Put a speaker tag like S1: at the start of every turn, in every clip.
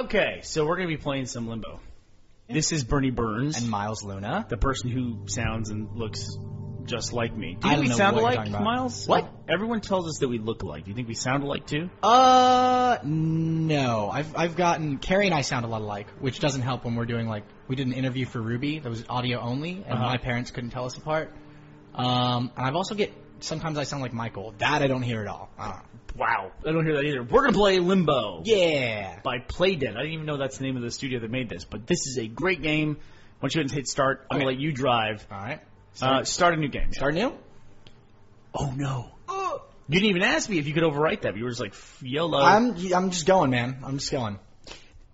S1: Okay, so we're gonna be playing some Limbo. This is Bernie Burns,
S2: and Miles Luna.
S1: the person who sounds and looks just like me. Do
S2: I
S1: you
S2: don't
S1: think we
S2: know
S1: sound
S2: what you're
S1: alike,
S2: talking about.
S1: Miles?
S2: What?
S1: Everyone tells us that we look alike. Do you think we sound alike too?
S2: Uh, no. I've I've gotten Carrie and I sound a lot alike, which doesn't help when we're doing like we did an interview for Ruby that was audio only, and
S1: Uh-huh.
S2: my parents couldn't tell us apart. Um, and I've also get sometimes I sound like Michael. That I don't hear at all. Uh, I don't know.
S1: Wow, I don't hear that either. We're gonna play Limbo.
S2: Yeah.
S1: by Playdead. I didn't even know that's the name of the studio that made this, but this is a great game. Once you hit start, I'm gonna
S2: Okay.
S1: let you drive.
S2: All right.
S1: Uh, start a new game.
S2: Start new.
S1: Oh no! You didn't even ask me if you could overwrite that. You were just like "F- YOLO.
S2: I'm I'm just going, man. I'm just going.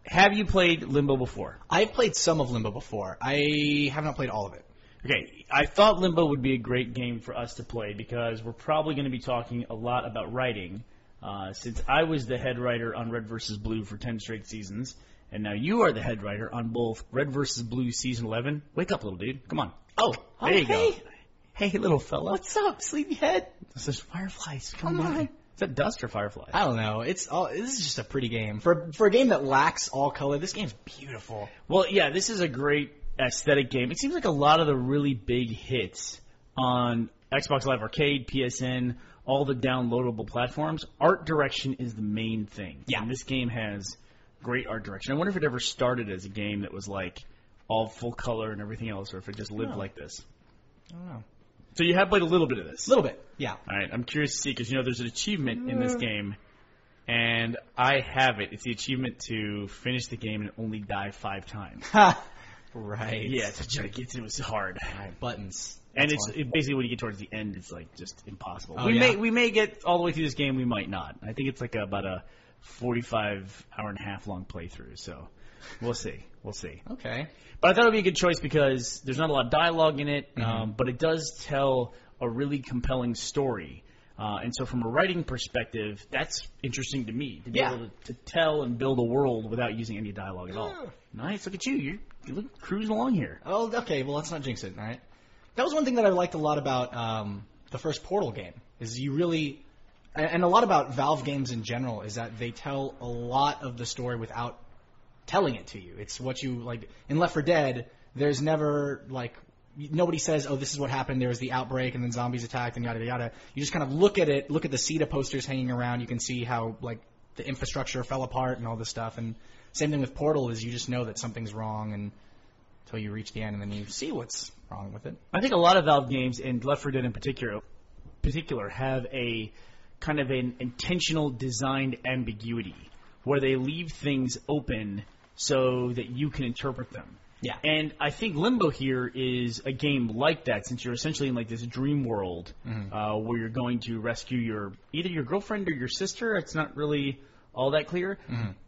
S1: Have you played Limbo before?
S2: I've played some of Limbo before. I have not played all of it.
S1: Okay, I thought Limbo would be a great game for us to play because we're probably going to be talking a lot about writing. Uh, since I was the head writer on Red vs. Blue for 10 straight seasons, and now you are the head writer on both Red vs. Blue Season 11. Wake up, little dude. Come on. Oh, there you go. Hey, little fella. What's
S2: up, sleepyhead?
S1: this? Is fireflies. Come,
S2: Come
S1: on.
S2: on.
S1: Is that dust or fireflies?
S2: I don't know. It's all. This is just a pretty game for for a game that lacks all color. This game's beautiful.
S1: Well, yeah, this is a great aesthetic game. It seems like a lot of the really big hits on Xbox Live Arcade, PSN, all the downloadable platforms, art direction is the main thing.
S2: Yeah.
S1: And this game has great art direction. I wonder if it ever started as a game that was like all full color and everything else, or if it just lived
S2: No.
S1: like this.
S2: I don't know.
S1: So you have played a little bit of this.
S2: A little bit. Yeah.
S1: All right, I'm curious to see because you know there's an achievement in this
S2: Mm.
S1: game, and I have it. It's the achievement to finish the game and only die five times.
S2: right.
S1: Yeah, it's a gigantic. It was hard,
S2: Alright, buttons.
S1: and
S2: That's
S1: it's
S2: one.
S1: it, basically when you get towards the end, it's like just impossible.
S2: Oh,
S1: we
S2: yeah?
S1: may we may get all the way through this game, we might not. I think it's like about a forty-five hour and a half long playthrough. So we'll see, we'll see.
S2: okay.
S1: But I thought it would be a good choice because there's not a lot of dialogue in it,
S2: Mm-hmm.
S1: um, but it does tell a really compelling story. Uh, and so, from a writing perspective, that's interesting to me to be
S2: Yeah.
S1: able to, to tell and build a world without using any dialogue at all.
S2: Yeah.
S1: Nice, look at you. You're, you look cruising along here.
S2: Well, Oh, okay. Well, let's not jinx it. All right. That was one thing that I liked a lot about um, the first Portal game is you really, and- and a lot about Valve games in general is that they tell a lot of the story without telling it to you. It's what you like in Left 4 Dead. There's never like nobody says, "Oh, this is what happened." There was the outbreak, and then zombies attacked, and yada yada. You just kind of look at it, look at the CETA posters hanging around. You can see how like the infrastructure fell apart and all this stuff. And same thing with Portal is you just know that something's wrong and until you reach the end, and then you see what's wrong with it.
S1: I think a lot of Valve games, and Left 4 Dead in particular, particular have a kind of an intentional designed ambiguity where they leave things open so that you can interpret them.
S2: Yeah.
S1: And I think Limbo here is a game like that, since you're essentially in like this dream world uh, where you're going to rescue your either your girlfriend or your sister. It's not really all that clear.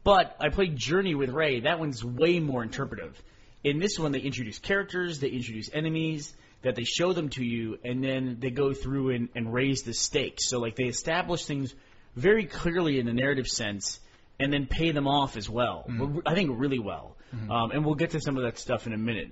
S1: But I played Journey with Ray. That one's way more interpretive. In this one, they introduce characters, they introduce enemies, that they show them to you, and then they go through and, and raise the stakes. So like they establish things very clearly in a narrative sense, and then pay them off as well.
S2: Mm-hmm.
S1: Well, I think really well. Um, and we'll get to some of that stuff in a minute.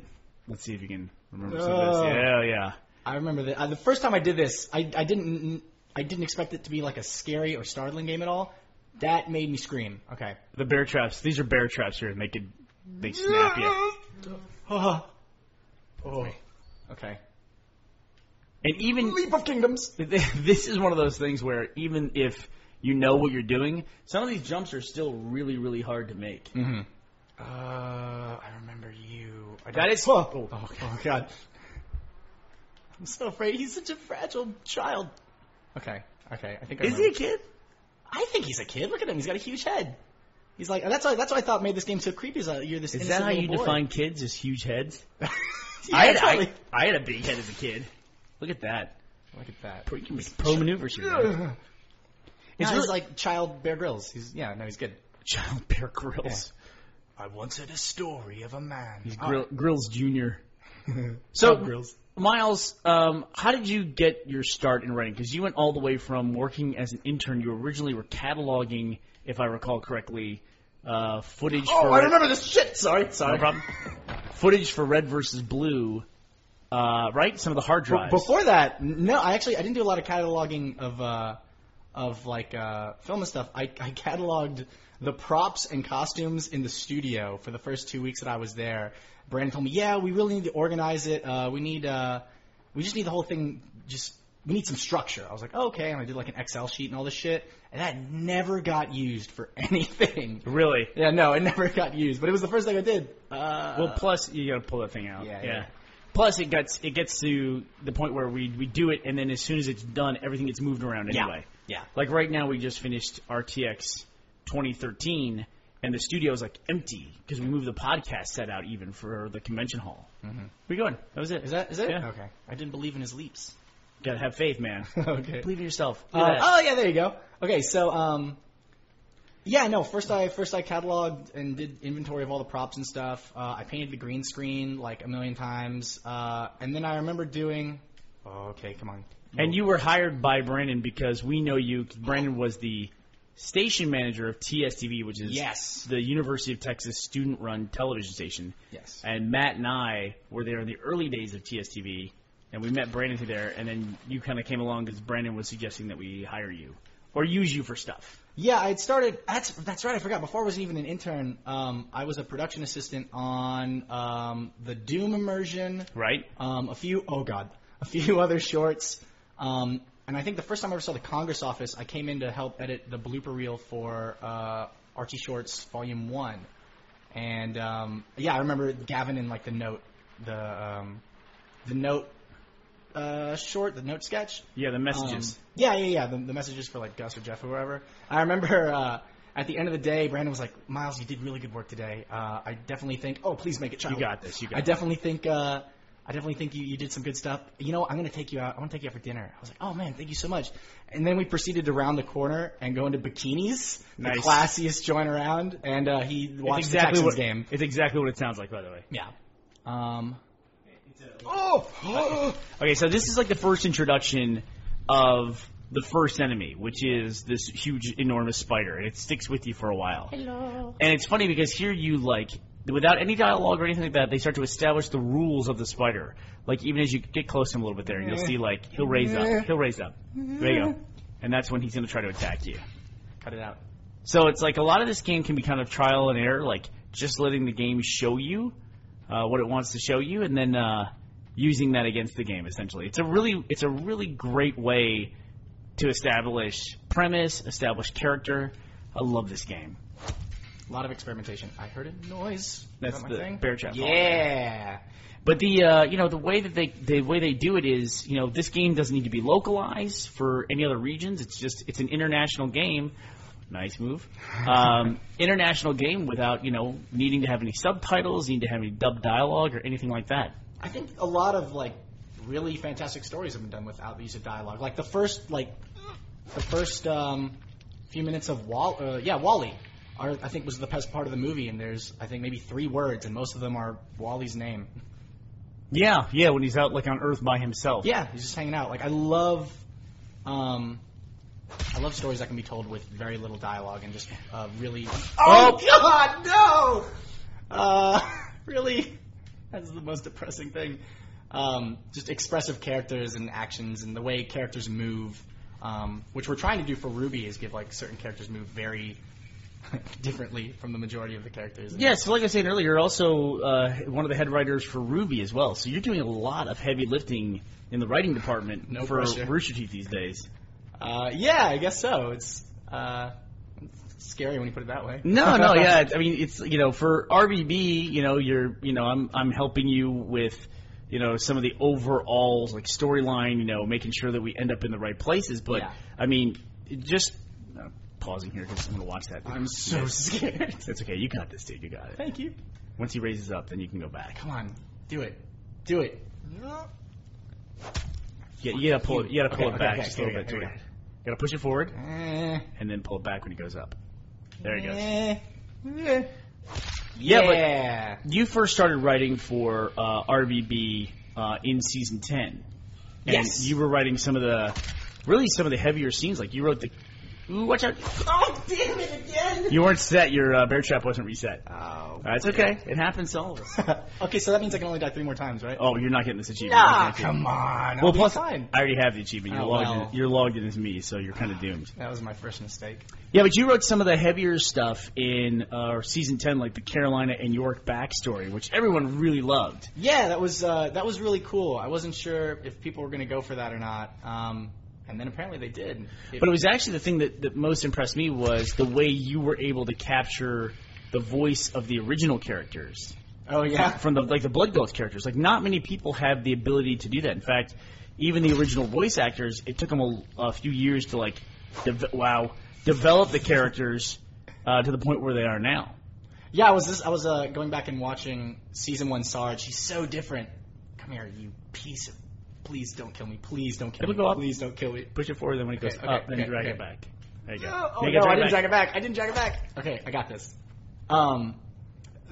S1: Let's see if you can remember some of this.
S2: Oh.
S1: Yeah, yeah.
S2: I remember that uh, the first time I did this, I, I didn't I didn't expect it to be like a scary or startling game at all. That made me scream. Okay.
S1: The bear traps. These are bear traps here, and they could they snap you.
S2: oh. Okay.
S1: And even
S2: Leap of Kingdoms.
S1: this is one of those things where even if you know what you're doing, some of these jumps are still really, really hard to make.
S2: Mm-hmm. Uh, I remember you. I
S1: That
S2: don't-
S1: is-
S2: Oh, oh, oh, God. I'm so afraid. He's such a fragile child. Okay. Okay. I think. I
S1: Is
S2: remember.
S1: he a kid?
S2: I think he's a kid. Look at him. He's got a huge head. He's like that's why that's why I thought made this game so creepy. Is that you're this
S1: Is
S2: innocent
S1: that how
S2: little
S1: you
S2: boy.
S1: define kids? As huge heads?
S2: yeah,
S1: I, had,
S2: totally.
S1: I, I had a big head as a kid. Look at that.
S2: Look at that.
S1: You can make pro maneuvers here. man.
S2: Ugh.
S1: It's
S2: It's
S1: really-
S2: like child Bear Grylls. He's yeah, no, he's good.
S1: Child Bear Grylls.
S2: I once heard a story of a man. Oh, He's
S1: Grill, Grills Junior. So
S2: Grills.
S1: Miles, um, how did you get your start in writing? Because you went all the way from working as an intern. You originally were cataloging, if I recall correctly, uh, footage.
S2: Oh,
S1: for
S2: I remember this shit. Sorry, sorry.
S1: No problem. footage for Red versus Blue, uh, right? Some of the hard
S2: B-
S1: drives.
S2: before that, no, I actually I didn't do a lot of cataloging of uh, of like uh, film and stuff, I, I cataloged the props and costumes in the studio for the first two weeks that I was there. Brandon told me, yeah, we really need to organize it. Uh, we need, uh, we just need the whole thing. Just we need some structure. I was like, oh, okay, and I did like an Excel sheet and all this shit, and that never got used for anything.
S1: Really?
S2: yeah, no, it never got used, but it was the first thing I did. Uh,
S1: Well, plus you gotta pull that thing out.
S2: Yeah,
S1: Yeah.
S2: yeah.
S1: Plus it gets it gets to the point where we we do it, and then as soon as it's done, everything gets moved around
S2: yeah,
S1: anyway.
S2: yeah.
S1: Like right now, we just finished RTX 2013, and the studio is like empty because we moved the podcast set out even for the convention hall. Mm-hmm. We good. That was it.
S2: Is that is it?
S1: Yeah.
S2: Okay, I didn't believe in his leaps.
S1: Gotta have faith, man.
S2: okay.
S1: Believe in yourself. Look at
S2: Uh,
S1: that.
S2: oh yeah, there you go. Okay, so um, yeah, no. First I first I cataloged and did inventory of all the props and stuff. Uh, I painted the green screen like a million times, uh, and then I remember doing. Oh, okay, come on.
S1: and you were hired by Brandon because we know you. 'cause Brandon was the station manager of TSTV, which is
S2: Yes.
S1: the University of Texas student-run television station.
S2: Yes.
S1: And Matt and I were there in the early days of TSTV, and we met Brandon through there, and then you kind of came along because Brandon was suggesting that we hire you or use you for stuff.
S2: Yeah, I had started. That's that's right. I forgot. Before I wasn't even an intern. Um, I was a production assistant on um, the Doom immersion.
S1: Right?
S2: um, a few oh god, a few other shorts. Um, and I think the first time I ever saw the Congress office, I came in to help edit the blooper reel for uh, Archie Shorts Volume One. And um, yeah, I remember Gavin in like the note, the um, the note uh, short, the note sketch.
S1: Yeah, the messages.
S2: Um, yeah, yeah, yeah. The, the messages for like Gus or Jeff or whoever. I remember uh, at the end of the day, Brandon was like, "Miles, you did really good work today. Uh, I definitely think. Oh, please make it child.
S1: got this, you got
S2: I
S1: this."
S2: definitely think. Uh, I definitely think you, you did some good stuff. You know, what? I'm gonna take you out. I want to take you out for dinner. I was like, "Oh man, thank you so much." And then we proceeded to round the corner and go into bikinis, the
S1: Nice.
S2: classiest joint around. And uh, he watched the Texans
S1: what,
S2: game.
S1: It's exactly what it sounds like, by the way.
S2: Yeah. Um. Oh.
S1: Okay, so this is like the first introduction of the first enemy, which is this huge, enormous spider, and it sticks with you for a while.
S3: Hello.
S1: And it's funny because here you like without any dialogue or anything like that, they start to establish the rules of the spider. Like even as you get close to him a little bit there,
S2: Mm-hmm.
S1: you'll see like he'll raise up, he'll raise up. There you go. And that's when he's going to try to attack you.
S2: Cut it out.
S1: So it's like a lot of this game can be kind of trial and error, like just letting the game show you uh, what it wants to show you, and then uh, using that against the game. Essentially, it's a really it's a really great way to establish premise, establish character. I love this game.
S2: A lot of experimentation. I heard a noise.
S1: That's
S2: Is that my
S1: the
S2: thing?
S1: bear trap.
S2: Yeah.
S1: But the uh, you know the way that they the way they do it is you know this game doesn't need to be localized for any other regions. It's just it's an international game. Nice move. Um, international game without you know needing to have any subtitles, need to have any dubbed dialogue or anything like that.
S2: I think a lot of like really fantastic stories have been done without the use of dialogue. Like the first like the first um, few minutes of Wall uh, yeah Wally. Are, I think was the best part of the movie, and there's I think maybe three words, and most of them are Wally's name.
S1: Yeah, yeah. When he's out like on Earth by himself.
S2: Yeah, he's just hanging out. Like I love, um, I love stories that can be told with very little dialogue and just uh, really. Oh, God, no! Uh, really, that's the most depressing thing. Um, just expressive characters and actions and the way characters move, um, which we're trying to do for Ruby is give like certain characters move very differently from the majority of the characters.
S1: Yeah, so like I said earlier, you're also uh, one of the head writers for Ruby as well. So you're doing a lot of heavy lifting in the writing department
S2: No
S1: for
S2: pressure.
S1: Rooster Teeth these days.
S2: Uh, yeah, I guess so. It's uh, it's scary when you put it that way.
S1: No, no, yeah. it's- I mean, it's you know, for RBB, you know, you're you know, I'm I'm helping you with you know some of the overall like storyline, you know, making sure that we end up in the right places. But
S2: Yeah.
S1: I mean, it just uh, pausing here because I'm gonna watch that.
S2: I'm so scared.
S1: It's okay. You got this, dude. You got it.
S2: Thank you.
S1: Once he raises up, then you can go back.
S2: Come on, do it, do it.
S1: Yeah, you gotta pull it. You gotta pull it
S2: Okay, okay,
S1: back
S2: okay,
S1: just a
S2: here we
S1: little bit.
S2: go,
S1: to
S2: here
S1: it.
S2: we
S1: You gotta push it forward
S2: Eh,
S1: and then pull it back when he goes up. There he goes.
S2: eh, eh.
S1: Yeah, but-
S2: Yeah.
S1: you first started writing for uh, RVB uh, in season ten. And
S2: Yes.
S1: You were writing some of the, really some of the heavier scenes. Like you wrote the, ooh, watch out!
S2: Oh damn it again! again.
S1: You weren't set. Your uh, bear trap wasn't reset.
S2: Oh.
S1: That's okay. It happens to all of us.
S2: okay, so that means I can only die three more times, right?
S1: Oh, you're not getting this achievement.
S2: Ah,
S1: Okay.
S2: come on.
S1: Well,
S2: I'll be
S1: plus
S2: fine.
S1: I already have the achievement. You're
S2: Oh,
S1: logged.
S2: well.
S1: In, you're logged in as me, so you're kind of doomed.
S2: That was my first mistake.
S1: Yeah, but you wrote some of the heavier stuff in uh, season ten, like the Carolina and York backstory, which everyone really loved.
S2: Yeah, that was uh, that was really cool. I wasn't sure if people were going to go for that or not, um, and then apparently they did. It-
S1: But it was actually the thing that, that most impressed me was the way you were able to capture the voice of the original characters.
S2: oh yeah,
S1: from the like the Blood Gulch characters. Like not many people have the ability to do that. In fact, even the original voice actors, it took them a, a few years to like, de- wow, develop the characters uh, to the point where they are now.
S2: yeah. I was just, I was uh, going back and watching season one Sarge. He's so different. Come here, you piece of. Please don't kill me. Please don't kill
S1: It'll
S2: me.
S1: go up.
S2: Please don't kill me.
S1: Push it forward, then when it goes
S2: Okay, okay,
S1: up, then
S2: okay,
S1: drag
S2: okay.
S1: it back. There you go.
S2: Oh, oh
S1: You
S2: no,
S1: can drag
S2: I didn't drag
S1: it
S2: it back. I didn't drag it back. Okay, I got this. Um,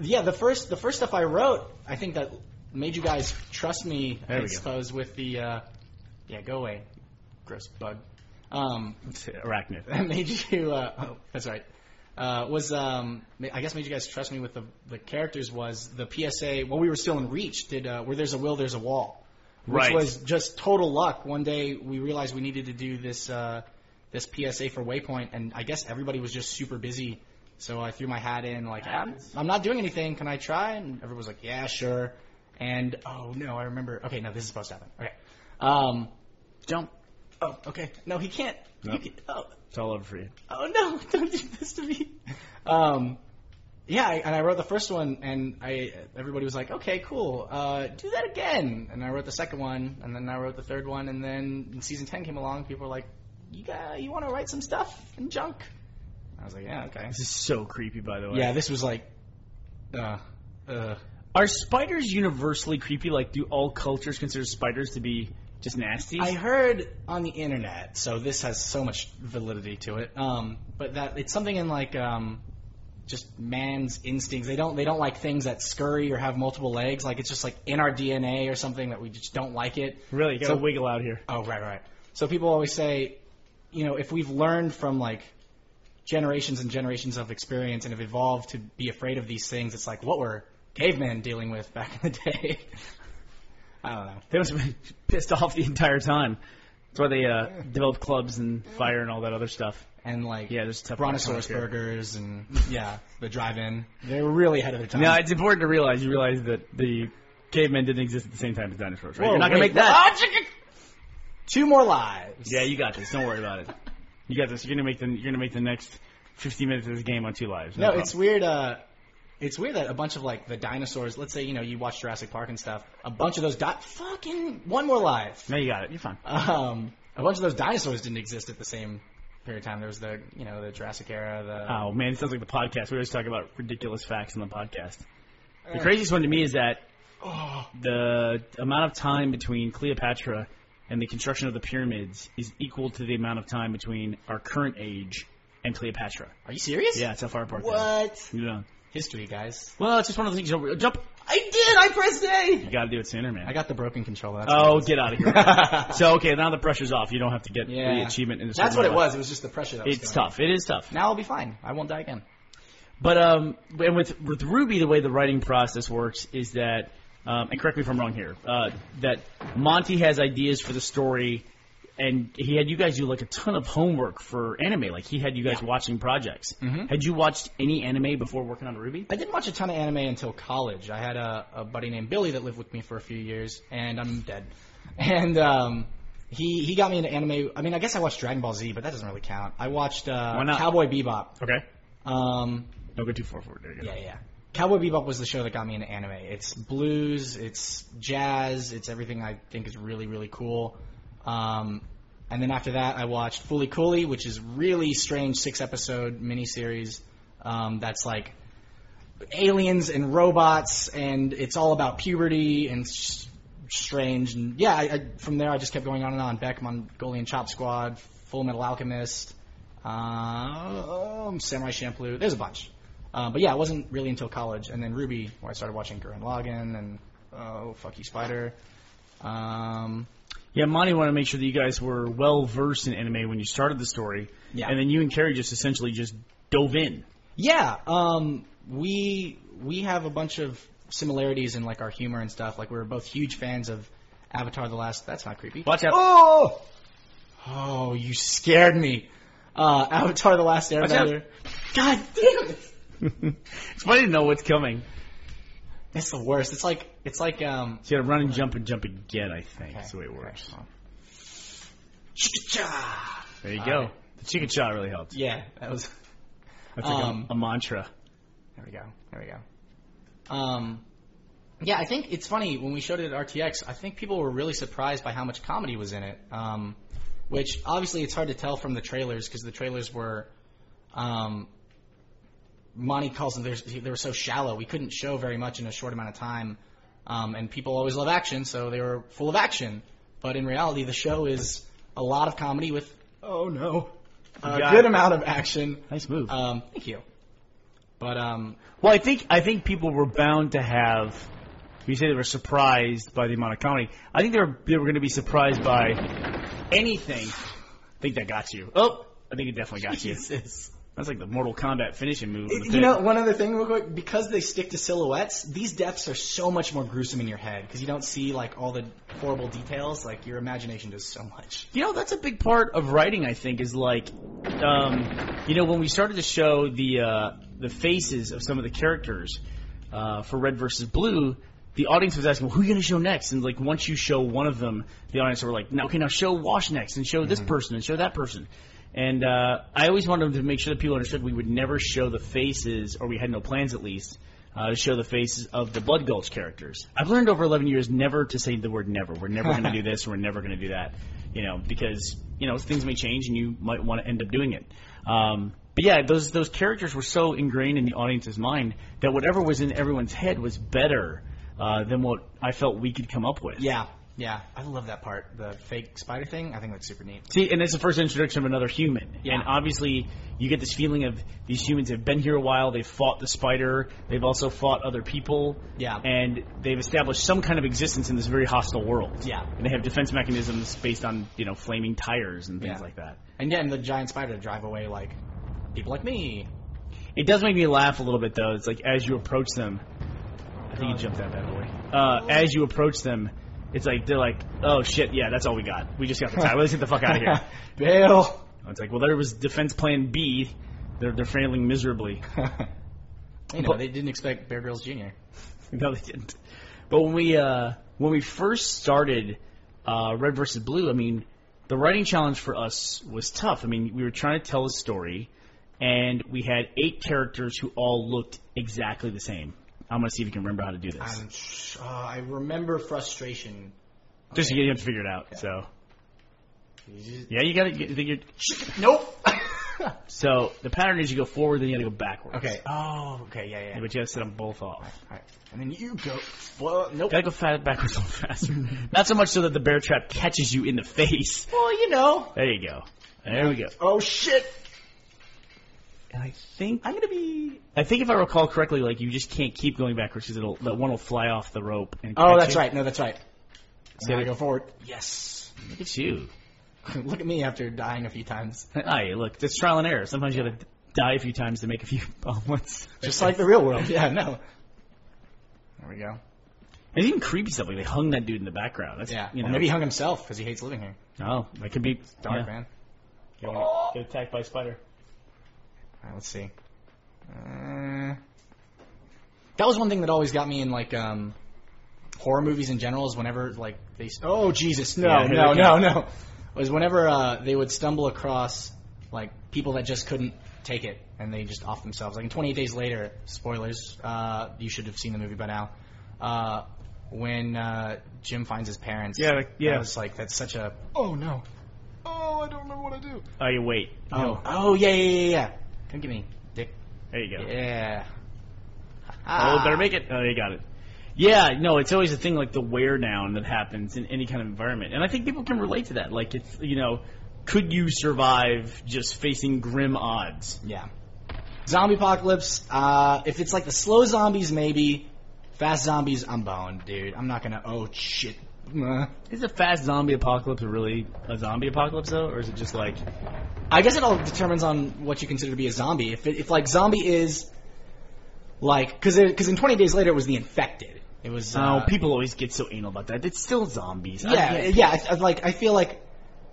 S2: yeah, the first the first stuff I wrote, I think that made you guys trust me.
S1: There
S2: I
S1: we go.
S2: suppose with the uh, yeah, go away, gross bug. Um,
S1: back. Arachnid.
S2: that made you. Uh, oh, that's right. Uh, was um, ma- I guess made you guys trust me with the the characters was the PSA. Well, we were still in Reach. Did uh, where there's a will, there's a wall, which
S1: Right.
S2: was just total luck. One day we realized we needed to do this uh, this PSA for Waypoint, and I guess everybody was just super busy. So I threw my hat in, like I'm, I'm not doing anything. Can I try? And everyone was like, Yeah, sure. And oh no, I remember. Okay, no, this is supposed to happen. Okay. Um,
S1: Jump.
S2: oh, okay. No, he can't. you
S1: Nope.
S2: can- oh,
S1: It's all over for you.
S2: oh no, don't do this to me. Um, yeah, I, and I wrote the first one, and I everybody was like, okay, cool, uh, do that again. And I wrote the second one, and then I wrote the third one, and then when season ten came along, people were like, you got, you want to write some stuff and junk? I was like, yeah, okay.
S1: This is so creepy, by the way.
S2: Yeah, this was like, uh, uh,
S1: Are spiders universally creepy? Like, do all cultures consider spiders to be just nasty?
S2: I heard on the internet, so this has so much validity to it. Um, but that it's something in like um, just man's instincts. They don't they don't like things that scurry or have multiple legs. Like it's just like in our DNA or something that we just don't like it.
S1: really, you gotta
S2: So-
S1: wiggle out here.
S2: Oh right right. So people always say, you know, if we've learned from like generations and generations of experience and have evolved to be afraid of these things, it's like what were cavemen dealing with back in the day. I don't know.
S1: They must have been pissed off the entire time. That's why they uh, developed clubs and fire and all that other stuff.
S2: And like
S1: Yeah, there's tough
S2: Brontosaurus burgers and yeah, the drive-in. They were really ahead of their time.
S1: Now it's important to realize you realize that the cavemen didn't exist at the same time as dinosaurs, right?
S2: Whoa,
S1: You're not gonna make
S2: wait,
S1: that.
S2: what? Ah, chicka- Two more lives.
S1: Yeah, you got this. Don't worry about it. You got this. You're gonna make the you're gonna make the next 15 minutes of this game on two lives.
S2: No,
S1: problem.
S2: it's weird. Uh, it's weird that a bunch of like the dinosaurs. Let's say you know you watch Jurassic Park and stuff. A bunch of those di- fucking one more live.
S1: no, you got it. You're fine.
S2: Um, a bunch of those dinosaurs didn't exist at the same period of time. There was the you know the Jurassic era. The
S1: Oh man, it sounds like the podcast. We always talk about ridiculous facts on the podcast. The craziest one to me is that
S2: Oh,
S1: the amount of time between Cleopatra and the construction of the pyramids is equal to the amount of time between our current age and Cleopatra.
S2: are you serious?
S1: Yeah, it's how far apart. they are.
S2: What?
S1: You know.
S2: History, guys.
S1: Well, it's just one of the things. You'll jump.
S2: I did. I pressed A.
S1: You got to do it sooner, man.
S2: I got the broken controller. That's
S1: oh, get out of here. so okay, now the pressure's off. You don't have to get the
S2: Yeah.
S1: achievement. In a
S2: That's
S1: certain
S2: what it
S1: amount.
S2: was. It was just the pressure that was
S1: It's
S2: going on.
S1: tough. It is tough.
S2: Now I'll be fine. I won't die again.
S1: But um, and with with Ruby, the way the writing process works is that, um, and correct me if I'm wrong here, uh, that Monty has ideas for the story, and he had you guys do like a ton of homework for anime. Like he had you guys watching projects. Had you watched any anime before working on Ruby?
S2: I didn't watch a ton of anime until college. I had a, a buddy named Billy that lived with me for a few years, and I'm dead. And um, he he got me into anime. I mean, I guess I watched Dragon Ball Z, but that doesn't really count. I watched uh,
S1: Why not?
S2: Cowboy Bebop.
S1: Okay.
S2: Um,
S1: Don't go too far forward. There you go.
S2: yeah, yeah. Cowboy Bebop was the show that got me into anime. It's blues, it's jazz, it's everything I think is really, really cool. Um, and then after that, I watched Fully Cooley, which is really strange six episode miniseries um, that's like aliens and robots, and it's all about puberty and s- strange. And yeah, I, I, from there, I just kept going on and on. Beck, Mongolian Chop Squad, Full Metal Alchemist, um, Samurai Champloo. There's a bunch. Uh, but yeah, I wasn't really until college, and then Ruby, where I started watching Gurren Lagann and Oh Fuck You Spider. Um,
S1: Yeah, Monty wanted to make sure that you guys were well versed in anime when you started the story.
S2: Yeah.
S1: And then you and Carrie just essentially just dove in.
S2: Yeah, um, we we have a bunch of similarities in like our humor and stuff. Like we were both huge fans of Avatar: The Last. That's not creepy.
S1: Watch out.
S2: Oh, oh, you scared me. Uh, Avatar: The Last
S1: out.
S2: Airbender. God damn it!
S1: it's funny to know what's coming.
S2: It's the worst. It's like it's like um.
S1: So you gotta run and jump and jump again, I think. That's the way it works.
S2: Chica-cha.
S1: There you
S2: All
S1: go.
S2: right.
S1: The chicken shot really helped.
S2: Yeah, that was.
S1: That's like
S2: Um,
S1: a, a mantra.
S2: There we go. There we go. Um, yeah, I think it's funny when we showed it at RTX. I think people were really surprised by how much comedy was in it, um, which obviously it's hard to tell from the trailers because the trailers were. Um, Monty calls them they're- they were so shallow. We couldn't show very much in a short amount of time, um, and people always love action, so they were full of action. But in reality, the show is a lot of comedy with oh no, a
S1: got
S2: good
S1: it.
S2: amount of action.
S1: Nice move.
S2: Um, thank you. But um,
S1: well, I think I think people were bound to have. You say they were surprised by the amount of comedy. I think they were they were going to be surprised by anything. I think that got you. Oh, I think it definitely got you.
S2: Jesus.
S1: That's like the Mortal Kombat finishing move. in the
S2: You
S1: pit.
S2: know, one other thing, real quick, because they stick to silhouettes, these depths are so much more gruesome in your head because you don't see like all the horrible details. Like your imagination does so much.
S1: You know, that's a big part of writing. I think is like, um, you know, when we started to show the uh, the faces of some of the characters uh, for Red versus Blue, the audience was asking, well, "Who are you going to show next?" And like, once you show one of them, the audience were like, "No, okay, now show Wash next, and show this person, and show that person." And uh, I always wanted to make sure that people understood we would never show the faces, or we had no plans at least. Uh, to show the faces of the Blood Gulch characters. I've learned over 11 years never to say the word never. We're never going to do this, we're never going to do that, you know, because, you know, things may change and you might want to end up doing it. Um, but yeah, those, those characters were so ingrained in the audience's mind that whatever was in everyone's head was better uh, than what I felt we could come up with.
S2: Yeah, yeah, I love that part. The fake spider thing, I think that's super neat.
S1: See, and it's the first introduction of another human.
S2: Yeah.
S1: And obviously, you get this feeling of these humans have been here a while. They've fought the spider. They've also fought other people.
S2: Yeah.
S1: And they've established some kind of existence in this very hostile world.
S2: Yeah.
S1: And they have defense mechanisms based on, you know, flaming tires and things
S2: Yeah.
S1: like that.
S2: And yeah, and the giant spider to drive away like people like me.
S1: It does make me laugh a little bit, though. It's like as you approach them, I think you
S2: God.
S1: jumped out that way. Uh, as you approach them, it's like they're like, "Oh shit, yeah, that's all we got. We just got the tire. Let's get the fuck out of here."
S2: Bail.
S1: It's like, well, there was defense plan B. They're they're failing miserably.
S2: You know, they didn't expect Bear Grylls Jr.
S1: no, they didn't. But when we uh, when we first started uh, Red versus Blue, I mean, the writing challenge for us was tough. I mean, we were trying to tell a story, and we had eight characters who all looked exactly the same. I'm gonna see if you can remember how to do this.
S2: I'm sh- oh, I remember frustration.
S1: Just you have to figure it out. So yeah, you gotta. Get, think you're-
S2: Nope.
S1: so the pattern is you go forward, then you gotta go backwards.
S2: okay. Oh, okay, yeah, yeah.
S1: But you gotta set them both off.
S2: All right. And then you go. Well, nope.
S1: Gotta go fa- backwards a little faster. Not so much so that the bear trap catches you in the face.
S2: Well, you know.
S1: There you go. There we go.
S2: Oh shit!
S1: And I think
S2: I'm gonna be.
S1: I think if I recall correctly, like you just can't keep going backwards because it'll that one will fly off the rope. And
S2: Oh,
S1: catch
S2: that's
S1: you.
S2: right. No, that's right.
S1: See
S2: So I
S1: it?
S2: go forward. Yes.
S1: Look at you.
S2: Look at me after dying a few times,
S1: Hey, look, it's trial and error. Sometimes you gotta die a few times to make a few omelets.
S2: just like the real world. Yeah. No. There we go.
S1: It's even creepy stuff. Like they hung that dude in the background. That's,
S2: Yeah.
S1: You know,
S2: Well, maybe he hung himself because he hates living here.
S1: Oh, that could be yeah.
S2: Dark man.
S1: You don't wanna Get attacked by a spider.
S2: All right, let's see. Uh, that was one thing that always got me in like um, horror movies in general is whenever like they s- oh Jesus no
S1: Yeah, here
S2: no
S1: they
S2: no no was whenever uh, they would stumble across like people that just couldn't take it and they just off themselves like in 28 Days Later spoilers uh, you should have seen the movie by now uh, when uh, Jim finds his parents
S1: Yeah, like- yeah.
S2: that was like that's such a oh no oh I don't remember what I do
S1: Oh, you wait.
S2: oh oh yeah yeah yeah yeah come get me dick
S1: There you go.
S2: yeah. Uh,
S1: Oh, better make it. Oh, you got it. Yeah, no, it's always a thing like the wear down that happens in any kind of environment, and I think people can relate to that. Like it's you know, could you survive just facing grim odds?
S2: Yeah. Zombie apocalypse. Uh, if it's like the slow zombies, maybe. Fast zombies, I'm boned, dude. I'm not gonna. Oh shit. Nah.
S1: Is a fast zombie apocalypse really a zombie apocalypse though, or is it just like
S2: I guess it all determines on what you consider to be a zombie. If it, if like zombie is like because because in 20 days later it was the infected. It was
S1: oh,
S2: uh,
S1: people always get so anal about that? It's still zombies. I
S2: Yeah,
S1: get-
S2: yeah. I, I, like I feel like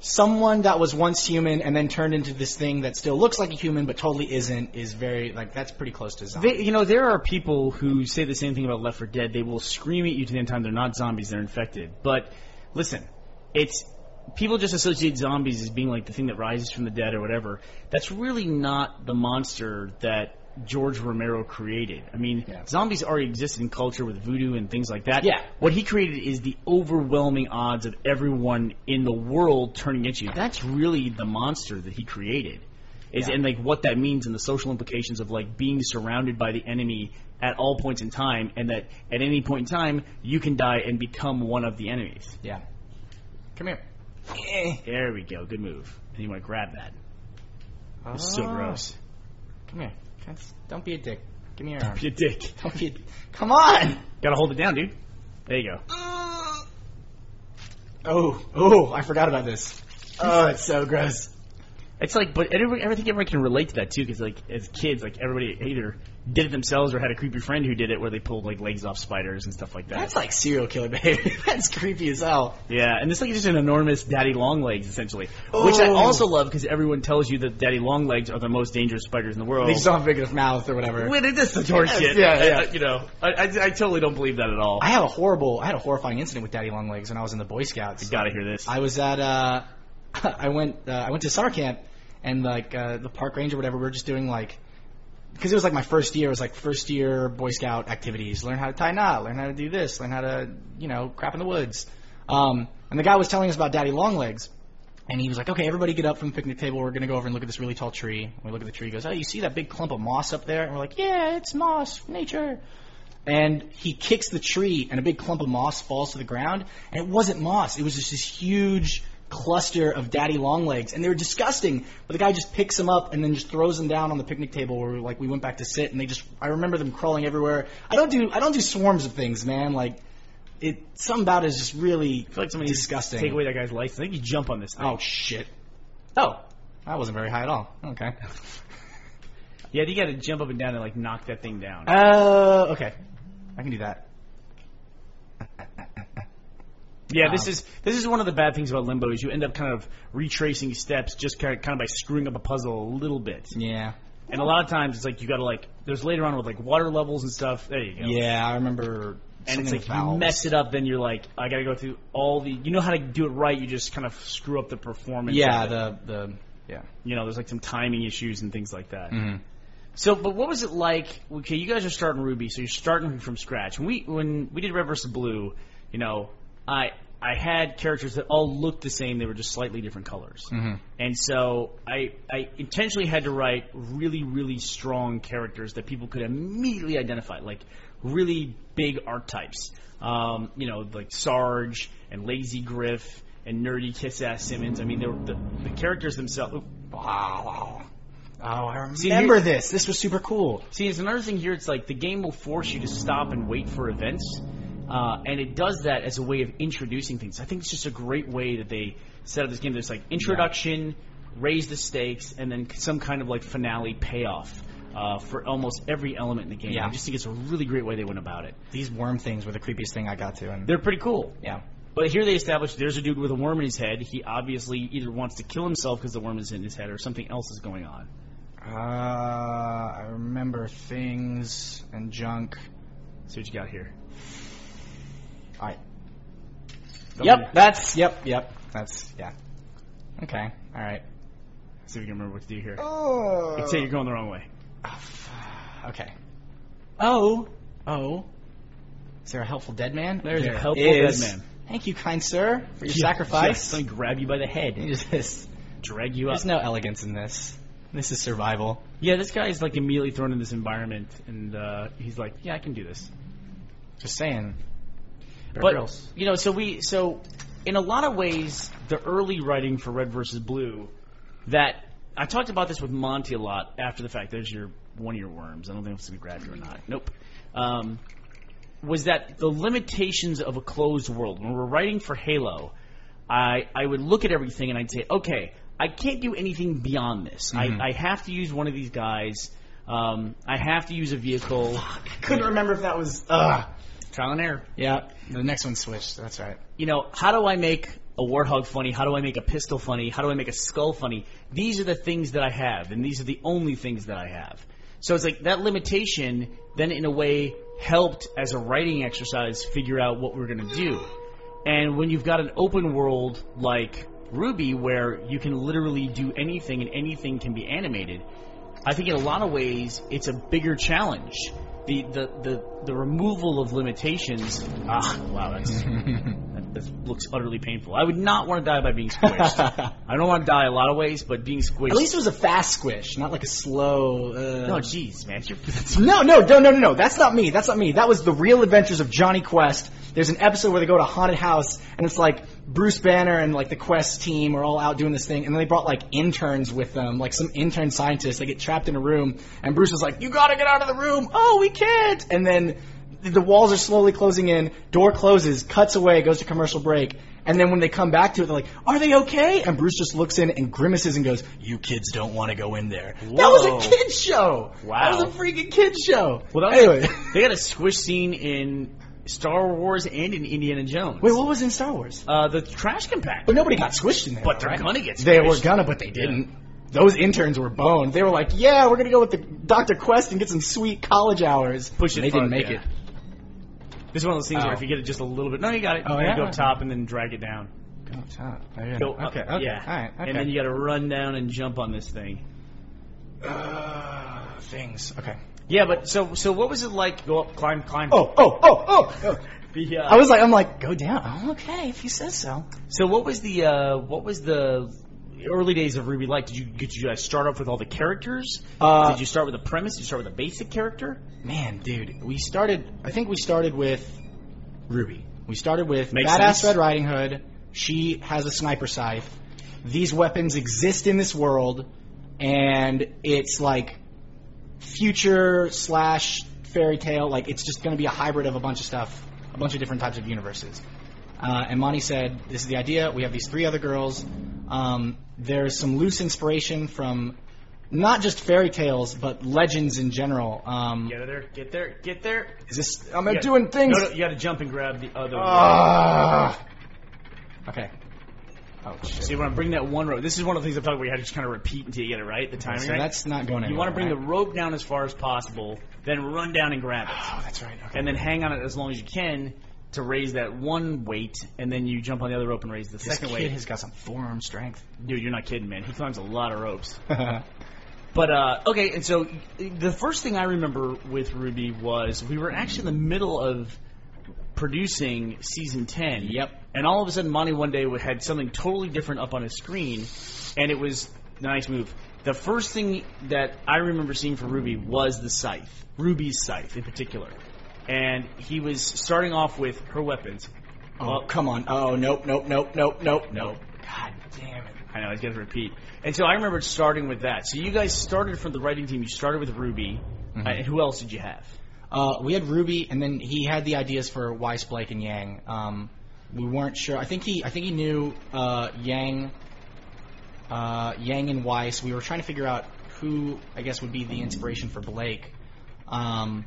S2: someone that was once human and then turned into this thing that still looks like a human but totally isn't is very like that's pretty close to zombie.
S1: They, you know, there are people who say the same thing about Left 4 Dead. They will scream at you to the end time they're not zombies, they're infected. But listen, it's people just associate zombies as being like the thing that rises from the dead or whatever. That's really not the monster that George Romero created. I mean,
S2: Yeah.
S1: zombies already exist in culture with voodoo and things like that.
S2: Yeah.
S1: What he created is the overwhelming odds of everyone in the world turning at you. That's really the monster that he created is
S2: Yeah.
S1: and like what that means and the social implications of like being surrounded by the enemy at all points in time and that at any point in time you can die and become one of the enemies.
S2: yeah. Come here.
S1: There we go, good move. And you want to grab that. It's so
S2: Ah.
S1: gross.
S2: Come here. That's- Don't be a dick. Give me your arm.
S1: Your dick.
S2: Don't be a, come on.
S1: Gotta hold it down, dude. There you go.
S2: Oh, oh! I forgot about this. Oh, it's so gross.
S1: It's like, but everybody, I think everyone can relate to that too, because like as kids, like everybody either did it themselves or had a creepy friend who did it, where they pulled like legs off spiders and stuff like that.
S2: That's like serial killer behavior. That's creepy as hell.
S1: Yeah, and it's like just an enormous daddy long legs, essentially. Which I
S2: Oh.
S1: also love because everyone tells you that daddy long legs are the most dangerous spiders in the world.
S2: They just don't have a big enough mouth or whatever.
S1: Wait, that's the horse
S2: Yes,
S1: shit.
S2: yeah, yeah.
S1: Uh, you know, I, I, I totally don't believe that at all.
S2: I had a horrible, I had a horrifying incident with Daddy Long Legs when I was in the Boy Scouts.
S1: gotta hear this.
S2: I was at, uh, I went, uh, I went to summer camp, and like uh, the park ranger, or whatever. We were just doing like, because it was like my first year. It was like first year Boy Scout activities: learn how to tie a knot, learn how to do this, learn how to, you know, crap in the woods. Um, and the guy was telling us about Daddy Long Legs. And he was like, okay, everybody get up from the picnic table. We're going to go over and look at this really tall tree. And we look at the tree. He goes, oh, you see that big clump of moss up there? And we're like, yeah, it's moss, nature. And he kicks the tree, and a big clump of moss falls to the ground. And it wasn't moss. It was just this huge cluster of daddy long legs. And they were disgusting. But the guy just picks them up and then just throws them down on the picnic table where like we went back to sit. And they just, I remember them crawling everywhere. I don't do, I don't do swarms of things, man. Like, it, something about it is just really
S1: feel like somebody needs to
S2: disgusting.
S1: Take away that guy's license. I think you jump on this thing.
S2: Oh shit. Oh, that wasn't very high at all. Okay.
S1: Yeah, you gotta jump up and down and like knock that thing down.
S2: Uh, okay. I can do that.
S1: yeah, this
S2: um,
S1: is this is one of the bad things about limbo is you end up kind of retracing steps just kind of, kind of by screwing up a puzzle a little bit.
S2: Yeah.
S1: And a lot of times it's like you gotta like there's later on with like water levels and stuff. There you go.
S2: Yeah, I remember.
S1: and it's
S2: something
S1: like
S2: with vowels.
S1: you mess it up, then you're like, I gotta go through all the. You know how to do it right, you just kind of screw up the performance.
S2: Yeah,
S1: of it.
S2: the the yeah.
S1: you know, there's like some timing issues and things like that.
S2: Mhm.
S1: So, but what was it like? Okay, you guys are starting Ruby, so you're starting from scratch. When we when we did Red vs. Blue, you know, I I had characters that all looked the same; they were just slightly different colors. And so I I intentionally had to write really really strong characters that people could immediately identify, like really big archetypes. Um, you know, like Sarge and Lazy Griff and Nerdy Kiss Ass Simmons. I mean, they were the, the characters themselves.
S2: Wow. Oh, I remember
S1: See, here-
S2: this. This was super cool.
S1: See, it's another thing here. It's like the game will force you to stop and wait for events, uh, and it does that as a way of introducing things. I think it's just a great way that they set up this game. There's like introduction, raise the stakes, and then some kind of like finale payoff uh, for almost every element in the game.
S2: Yeah.
S1: I just think it's a really great way they went about it.
S2: These worm things were the creepiest thing I got to, and
S1: They're pretty cool.
S2: yeah,
S1: But here they establish there's a dude with a worm in his head. He obviously either wants to kill himself because the worm is in his head, or something else is going on.
S2: uh, I remember things and junk.
S1: See what you got here.
S2: All right.
S1: Don't
S2: Yep,
S1: worry.
S2: that's yep, yep, that's yeah. Okay, all right.
S1: See if you can remember what to do here.
S2: Oh.
S1: Except you're going the wrong way.
S2: Okay. Oh, oh. Is there a helpful dead man?
S1: There's a
S2: There
S1: helpful dead
S2: is.
S1: man.
S2: Thank you, kind sir, for your
S1: Yeah,
S2: sacrifice.
S1: yeah, let me grab you by the head and
S2: There's this-
S1: drag you up.
S2: there's no elegance in this. This is survival.
S1: yeah, this guy is like immediately thrown in this environment, and uh, he's like, "Yeah, I can do this."
S2: Just saying. Bear
S1: but
S2: Grylls.
S1: you know, so we so in a lot of ways, the early writing for Red versus Blue, that I talked about this with Monty a lot after the fact. There's your one of your worms. I don't think if it's gonna grab you or not. Nope. Um, was that the limitations of a closed world. When we were writing for Halo, I I would look at everything and I'd say, okay, I can't do anything beyond this.
S2: Mm-hmm.
S1: I, I have to use one of these guys. Um, I have to use a vehicle.
S2: I couldn't remember if that was. Uh,
S1: Trial and error.
S2: yeah, the next one switched. That's right.
S1: you know, how do I make a warthog funny? How do I make a pistol funny? How do I make a skull funny? These are the things that I have, and these are the only things that I have. So it's like that limitation then in a way helped as a writing exercise figure out what we're going to do. And when you've got an open world like Ruby where you can literally do anything and anything can be animated, I think in a lot of ways it's a bigger challenge. The the, the, the removal of limitations. Ah, wow, that's that, that looks utterly painful. I would not want to die by being squished.
S2: At
S1: I don't want to die a lot of ways, but being squished.
S2: least it was a fast squish, not like a slow. Uh,
S1: no, jeez, man. You're,
S2: No, no, no, no, no, no. That's not me. That's not me. That was the real adventures of Johnny Quest. There's an episode where they go to a haunted house, and it's like Bruce Banner and like the Quest team are all out doing this thing, and they brought like interns with them, like some intern scientists. They get trapped in a room, and Bruce is like, "You gotta get out of the room." Oh, we can't. And then the walls are slowly closing in. Door closes, cuts away, goes to commercial break. And then when they come back to it, they're like, "Are they okay?" And Bruce just looks in and grimaces and goes, "You kids don't want to go in there." That was
S1: Whoa.
S2: a kid show.
S1: Wow.
S2: That was a freaking kid show.
S1: well, that was-
S2: anyway,
S1: they got a squish scene in Star Wars and in Indiana Jones.
S2: wait, what was in Star Wars?
S1: Uh, the trash compact.
S2: But nobody got squished in there.
S1: But they're
S2: right?
S1: gonna get
S2: They were
S1: squished.
S2: gonna, but they didn't. Those interns were boned. They were like, "Yeah, we're gonna go with the Dr. Quest and get some sweet college hours."
S1: Push it
S2: And they
S1: forward,
S2: didn't make
S1: yeah.
S2: it.
S1: This is one of those things where
S2: Oh.
S1: if you get it just a little bit, no, you got it.
S2: Oh,
S1: you gotta
S2: yeah?
S1: go top and then drag it down.
S2: Go up top. Oh, yeah.
S1: Go up,
S2: okay. Okay.
S1: yeah.
S2: All right. Okay.
S1: And then you got to run down and jump on this thing.
S2: uh, things. Okay.
S1: Yeah, but so so what was it like? Go up, climb, climb.
S2: Oh, oh, oh, oh, oh.
S1: The, uh,
S2: I was like, I'm like, go down. Oh, okay, if you says so.
S1: So what was the uh, what was the early days of Ruby like? Did you did you guys start off with all the characters?
S2: Uh,
S1: did you start with the premise? Did you start with a basic character?
S2: Man, dude, we started. I think we started with Ruby. We started with
S1: Makes
S2: badass
S1: sense.
S2: Red Riding Hood. She has a sniper scythe. These weapons exist in this world, and it's like future slash fairy tale. Like it's just going to be a hybrid of a bunch of stuff, a bunch of different types of universes. Uh, and Monty said, "This is the idea. We have these three other girls. Um, there's some loose inspiration from." Not just fairy tales, but legends in general. Um,
S1: Get there, get there, get there.
S2: is this? I'm doing things.
S1: No, no, you got to jump and grab the other.
S2: Ah. okay. Oh shit.
S1: So you want to bring that one rope. This is one of the things I'm talking about. You had to just kind of repeat until you get it right. The timing.
S2: So
S1: right?
S2: that's not going anywhere.
S1: you want to bring the
S2: right?
S1: rope down as far as possible, then run down and grab it.
S2: Oh, that's right. Okay.
S1: and then hang on it as long as you can to raise that one weight, and then you jump on the other rope and raise the
S2: this
S1: second
S2: kid
S1: weight.
S2: has got some forearm strength.
S1: Dude, you're not kidding, man. He climbs a lot of ropes.
S2: yeah.
S1: But uh, okay, and so the first thing I remember with Ruby was we were actually in the middle of producing season ten.
S2: Yep.
S1: And all of a sudden, Monty one day had something totally different up on his screen, and it was nice move. The first thing that I remember seeing for Ruby was the scythe, Ruby's scythe in particular, and he was starting off with her weapons.
S2: Oh come on. Oh nope nope nope nope nope nope. God damn it.
S1: I know, I got to repeat. And so I remember starting with that. So you guys started from the writing team. You started with Ruby. Uh, and who else did you have?
S2: Uh, we had Ruby, and then he had the ideas for Weiss, Blake, and Yang. Um, we weren't sure. I think he, I think he knew uh, Yang, uh, Yang and Weiss. We were trying to figure out who, I guess, would be the inspiration for Blake. Um,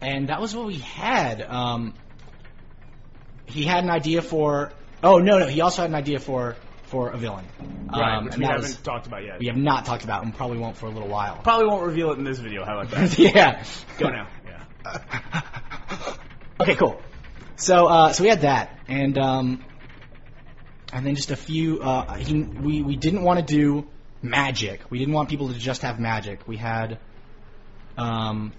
S2: and that was what we had. Um, he had an idea for. Oh no, no. He also had an idea for for a villain. Um,
S1: which
S2: and
S1: we
S2: that
S1: haven't
S2: was-
S1: talked about yet.
S2: we have not talked about, and probably won't for a little while.
S1: Probably won't reveal it in this video. How about that?
S2: yeah.
S1: Go now. Yeah.
S2: okay, cool. So, uh, so we had that, and um, and then just a few. Uh, he, we we didn't want to do magic. We didn't want people to just have magic. We had um,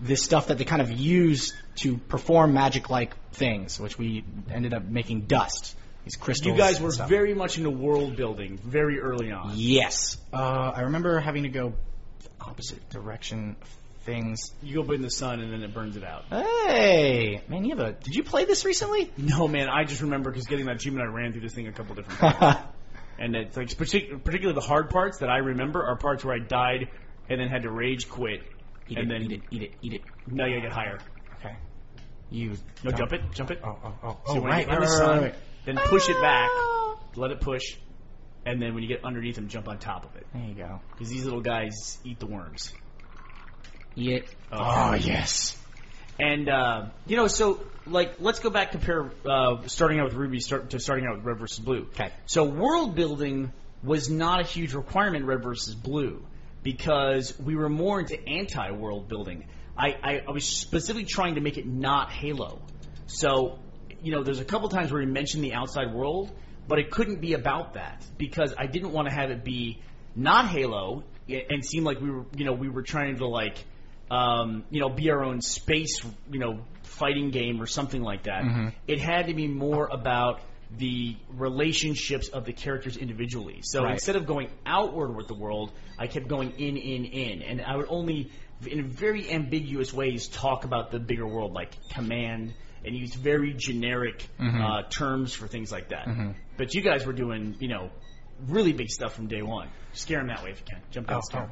S2: this stuff that they kind of use to perform magic-like things, which we ended up making dust. These crystals.
S1: You guys
S2: and
S1: were
S2: stuff.
S1: very much into world building very early on.
S2: Yes. Uh, I remember having to go the opposite direction of things.
S1: You go up in the sun and then it burns it out.
S2: Hey, man, you have a. Did you play this recently?
S1: No, man, I just remember because getting that achievement, I ran through this thing a couple different times.
S2: oh,
S1: and it's like partic- particularly the hard parts that I remember are parts where I died and then had to rage quit
S2: Eat
S1: and
S2: it,
S1: then
S2: eat it, eat it, eat it.
S1: now you gotta get higher.
S2: Okay. You
S1: No, jump it, jump it.
S2: Oh, oh, oh.
S1: So
S2: oh
S1: when
S2: right,
S1: you get on
S2: right,
S1: the
S2: right,
S1: sun,
S2: right,
S1: then push it back, let it push, and then when you get underneath them, jump on top of it.
S2: There you go.
S1: Because these little guys eat the worms.
S2: Yeah.
S1: Oh,
S2: Oh yes.
S1: And uh, you know, so like, let's go back compare uh, starting out with Ruby start, to starting out with Red versus Blue.
S2: Okay.
S1: So world building was not a huge requirement in Red versus Blue because we were more into anti world building. I, I, I was specifically trying to make it not Halo. So you know, there's a couple times where we mentioned the outside world, but it couldn't be about that because I didn't want to have it be not Halo y- and seem like we were you know we were trying to like um, you know, be our own space, you know, fighting game or something like that. It had to be more about the relationships of the characters individually. So
S2: Right.
S1: instead of going outward with the world, I kept going in, in, in, and I would only, in very ambiguous ways, talk about the bigger world, like command, and use very generic uh, terms for things like that. But you guys were doing, you know, really big stuff from day one. Scare them that way if you can. Jump out, and scare 'em.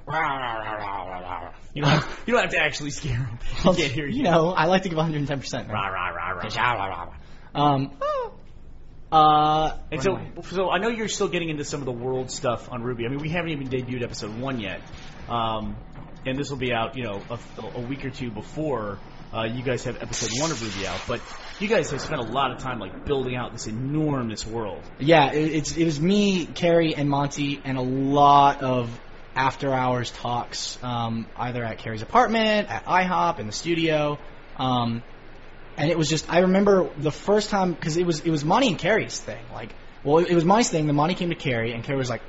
S1: You don't, have, you don't have to actually scare him. He can't hear you.
S2: You know, I like to give 110. percent
S1: Rah, rah, rah, rah.
S2: Um. Uh.
S1: And so, so I know you're still getting into some of the world stuff on Ruby. I mean, we haven't even debuted episode one yet, um, and this will be out, you know, a, a week or two before uh, you guys have episode one of Ruby out. But you guys have spent a lot of time like building out this enormous world.
S2: Yeah, it, it's it was me, Carrie, and Monty, and a lot of after hours talks, um, either at Carrie's apartment, at IHOP, in the studio, um, and it was just I remember the first time because it was it was Monty and Carrie's thing. Like, well, it, it was my thing. Then Monty came to Carrie, and Carrie was like,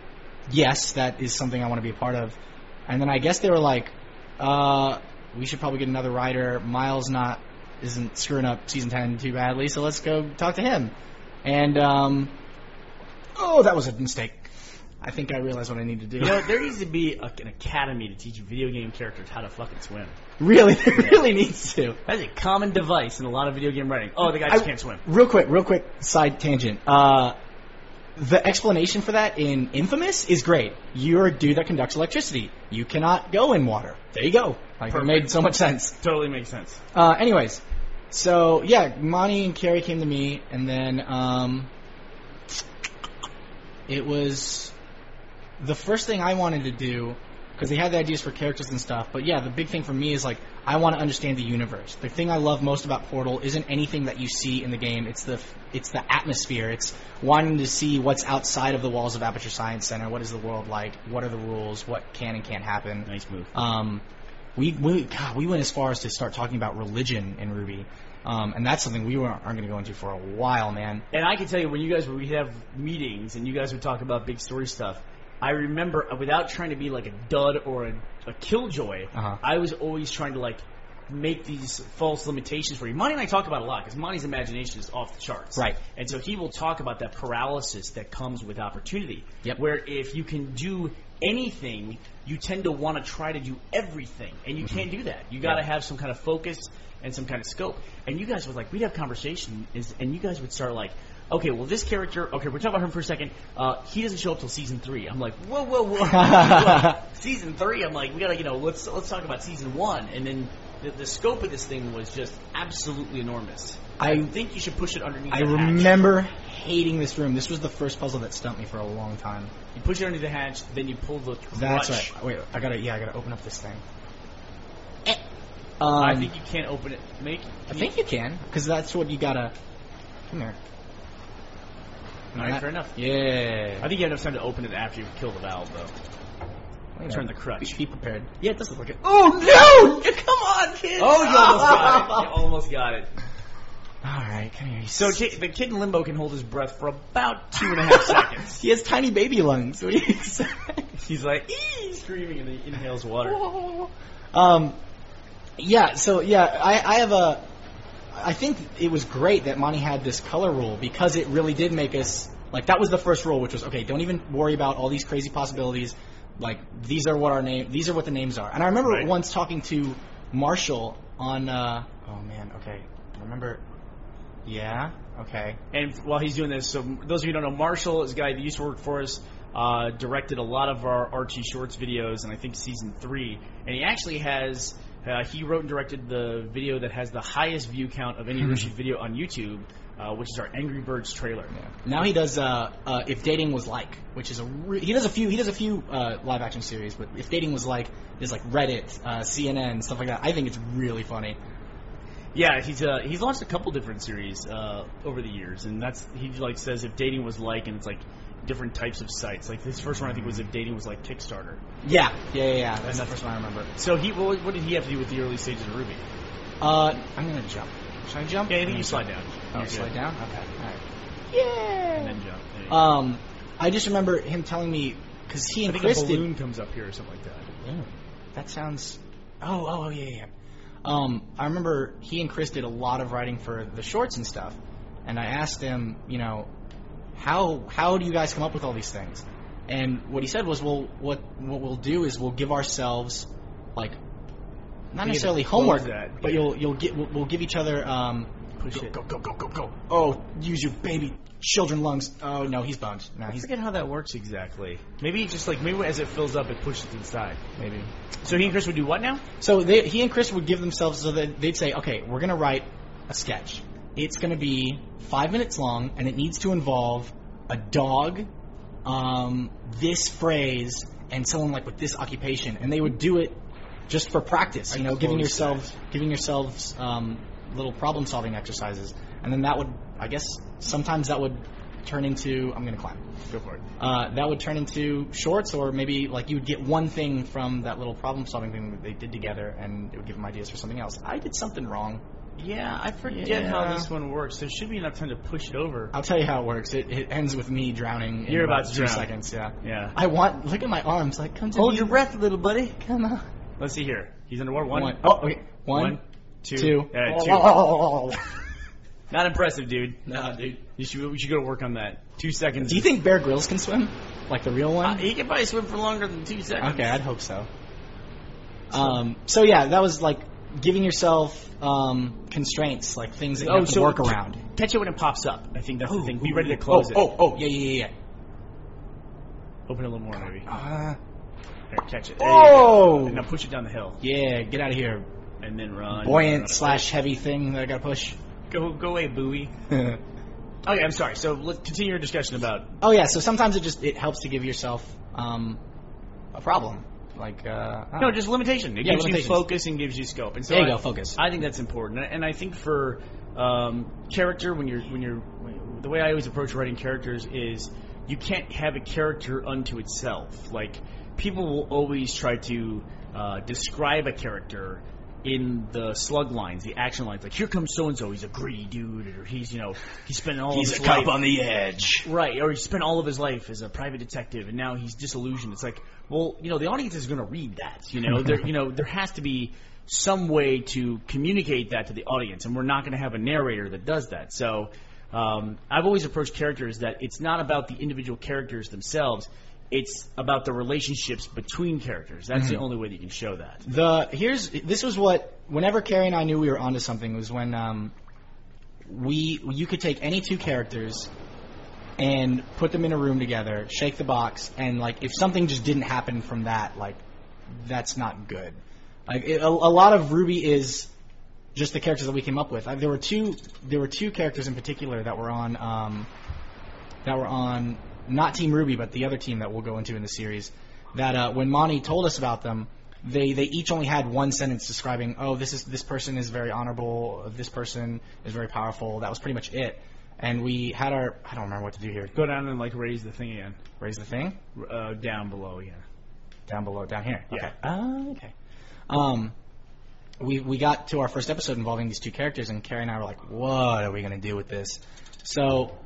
S2: "Yes, that is something I want to be a part of." And then I guess they were like, uh, "We should probably get another writer. Miles not isn't screwing up season ten too badly, so let's go talk to him." And um, oh, that was a mistake. I think I realized what I need to do.
S1: You know, there needs to be a, an academy to teach video game characters how to fucking swim.
S2: really, there really needs to.
S1: That's a common device in a lot of video game writing. Oh, the guy
S2: I-
S1: just can't swim.
S2: Real quick, real quick side tangent. Uh, the explanation for that in Infamous is great. You're a dude that conducts electricity. You cannot go in water. There you go. Like, it
S1: Perfect.
S2: made so much sense.
S1: Totally makes sense.
S2: Uh, anyways, so yeah, Monty and Carrie came to me, and then um, it was the first thing I wanted to do because they had the ideas for characters and stuff. But yeah, the big thing for me is like I want to understand the universe. The thing I love most about Portal isn't anything that you see in the game. It's the it's the atmosphere. It's wanting to see what's outside of the walls of Aperture Science Center. What is the world like? What are the rules? What can and can't happen?
S1: Nice move.
S2: Um, we we God, we went as far as to start talking about religion in Ruby, um, and that's something we were, aren't going to go into for a while, man.
S1: And I can tell you, when you guys would we have meetings and you guys would talk about big story stuff, I remember uh, without trying to be like a dud or a, a killjoy,
S2: Uh-huh.
S1: I was always trying to like make these false limitations for you. Monty and I talk about it a lot because Monty's imagination is off the charts,
S2: Right.
S1: And so he will talk about that paralysis that comes with opportunity,
S2: Yep.
S1: where if you can do anything, you tend to want to try to do everything, and
S2: Mm-hmm.
S1: you can't do that. You got to have some kind of focus and some kind of scope. And you guys would like we'd have conversation, is, and you guys would start like. Okay, well, this character. Okay, we're talking about him for a second. Uh, he doesn't show up till season three. I'm like, whoa, whoa, whoa! season three. I'm like, we gotta, you know, let's let's talk about season one. And then the, the scope of this thing was just absolutely enormous.
S2: I-
S1: I think you should push it underneath.
S2: I
S1: the hatch.
S2: remember hating this room. This was the first puzzle that stumped me for a long time.
S1: You push it under the hatch, then you pull the crutch.
S2: That's right. Wait, I gotta yeah, I gotta open up this thing. Eh. Um,
S1: I think you can't open it. Make.
S2: I think you can because that's what you gotta. Come here.
S1: All right, fair enough.
S2: Yeah.
S1: I think you have enough time to open it after you kill the valve, though.
S2: Wait a
S1: Turn the
S2: minute.
S1: crutch.
S2: Be prepared. Yeah, it does look like it. Oh no! Come on, kid.
S1: Oh, you almost got it. You almost got it.
S2: All right, come here. you
S1: So
S2: s-
S1: ki- the kid in limbo can hold his breath for about two and a half seconds.
S2: he has tiny baby lungs. What do you expect?
S1: He's like "Ee!" screaming and then he inhales water.
S2: um, yeah. So yeah, I, I have a. I think it was great that Monty had this color rule because it really did make us like that was the first rule, which was okay. Don't even worry about all these crazy possibilities. Like these are what our name. These are what the names are. And I remember
S1: Right.
S2: once talking to Marshall on. Uh, oh man. Okay. I Remember. Yeah. Okay.
S1: And while he's doing this, so those of you who don't know, Marshall is a guy that used to work for us, uh, directed a lot of our RT Shorts videos, and I think season three. And he actually has Uh, he wrote and directed the video that has the highest view count of any Rishi video on YouTube, uh, which is our Angry Birds trailer.
S2: Now he does uh, uh, if dating was like, which is a re- he does a few he does a few uh, live action series, but if dating was like there's like Reddit, uh, CNN, stuff like that. I think it's really funny.
S1: Yeah, he's uh, he's launched a couple different series uh, over the years, and that's he like says if dating was like, and it's like different types of sites. Like this first one I think was if dating was like Kickstarter.
S2: Yeah, yeah, yeah. yeah. That's the first one I remember.
S1: So he what, what did he have to do with the early stages of Ruby?
S2: Uh, I'm gonna jump. Should I jump?
S1: Yeah, I think you slide down.
S2: Oh,
S1: You're
S2: slide
S1: good.
S2: down. Okay. All right.
S1: and then jump. There you go.
S2: Um, I just remember him telling me because he
S1: I
S2: and
S1: think
S2: Chris
S1: a
S2: did.
S1: balloon comes up here or something like that.
S2: Ooh, That sounds. Oh, oh, oh, yeah, yeah. yeah. Um, I remember he and Chris did a lot of writing for the shorts and stuff, and I asked him, you know, how how do you guys come up with all these things? And what he said was, well, what what we'll do is we'll give ourselves like not
S1: We
S2: necessarily
S1: have to close
S2: homework,
S1: that,
S2: but
S1: yeah.
S2: you'll you'll get we'll, we'll give each other um,
S1: Push
S2: go,
S1: it.
S2: go go go go go. Oh, use your baby children lungs. Oh no, he's boned. No,
S1: I
S2: he's
S1: forget how that works exactly. Maybe just like maybe as it fills up, it pushes inside.
S2: maybe
S1: So he and Chris would do what now?
S2: So they, he and Chris would give themselves so that they'd say, okay, we're gonna write a sketch. It's gonna be five minutes long, and it needs to involve a dog, um, this phrase, and someone like with this occupation. And they would do it just for practice, you know, giving
S1: close
S2: yourselves giving yourselves um, little problem solving exercises. And then that would, I guess, sometimes that would turn into I'm gonna climb
S1: Go for it.
S2: uh, that would turn into shorts, or maybe like you would get one thing from that little problem solving thing that they did together, and it would give them ideas for something else. I did something wrong.
S1: Yeah, I forget
S2: Yeah.
S1: how this one works. There should be enough time to push it over.
S2: I'll tell you how it works. It, it ends with me drowning. In
S1: You're about to
S2: two
S1: drown.
S2: seconds. Yeah.
S1: Yeah.
S2: I want. Look at my arms. Like, come to me.
S1: breath, little buddy.
S2: Come on.
S1: Let's see here. He's underwater. One,
S2: One- Oh, okay. One,
S1: one, two,
S2: two.
S1: Yeah,
S2: Oh,
S1: two.
S2: oh, oh, oh, oh.
S1: Not impressive, dude.
S2: Nah, dude.
S1: You should, we should go to work on that. Two seconds.
S2: Do you think Bear Grylls can swim? Like the real
S1: Uh,
S2: one?
S1: he can probably swim for longer than two seconds.
S2: Okay, I'd hope so. Um, so yeah, that was like giving yourself um, constraints, like things that you
S1: Oh,
S2: have to
S1: so-
S2: work around.
S1: Catch it when it pops up. I think that's the
S2: Ooh,
S1: thing. Be
S2: ooh,
S1: ready to
S2: ooh.
S1: close
S2: oh,
S1: it.
S2: Oh, oh, yeah, yeah, yeah.
S1: Open it a little more, maybe.
S2: yeah. Uh,
S1: There, catch it. There you go.
S2: oh,
S1: And now push it down the hill.
S2: yeah. Get out of here,
S1: And then run.
S2: buoyant slash heavy thing that I gotta push.
S1: Go, go away, buoy. Okay, I'm sorry. So let's continue your discussion about.
S2: oh yeah. So sometimes it just it helps to give yourself um, a problem, like uh, I don't
S1: No,
S2: know.
S1: just limitation. It
S2: Yeah,
S1: gives you
S2: limitations.
S1: focus and gives you scope. And so
S2: there you
S1: I-
S2: go. Focus.
S1: I think that's important, and I think for um, character, when you're when you're the way I always approach writing characters is you can't have a character unto itself. Like people will always try to uh, describe a character in the slug lines, the action lines. Like here comes so and so, he's a greedy dude, or he's you know he's spending all of his life
S2: on the edge.
S1: Right, or he spent all of his life as a private detective, and now he's disillusioned. It's like, well, you know, the audience is going to read that. You know, there, you know, there has to be some way to communicate that to the audience, and we're not going to have a narrator that does that. So, um, I've always approached characters that it's not about the individual characters themselves; it's about the relationships between characters. That's
S2: Mm-hmm.
S1: the only way that you can show that.
S2: The here's this was what whenever Carrie and I knew we were onto something was when um, we you could take any two characters and put them in a room together, shake the box, and like if something just didn't happen from that, like that's not good. Like it, a, a lot of Ruby is just the characters that we came up with. I, there were two there were two characters in particular that were on um, that were on not Team Ruby, but the other team that we'll go into in the series. That uh, when Monty told us about them, they they each only had one sentence describing, oh, this is this person is very honorable, this person is very powerful. That was pretty much it. And we had our I don't remember what to do here.
S1: Go down and like raise the thing again,
S2: Raise the thing
S1: uh, down below again.
S2: down below, down here.
S1: Yeah.
S2: Okay. Uh, okay. Um, we we got to our first episode involving these two characters, and Carrie and I were like, "What are we gonna do with this?" So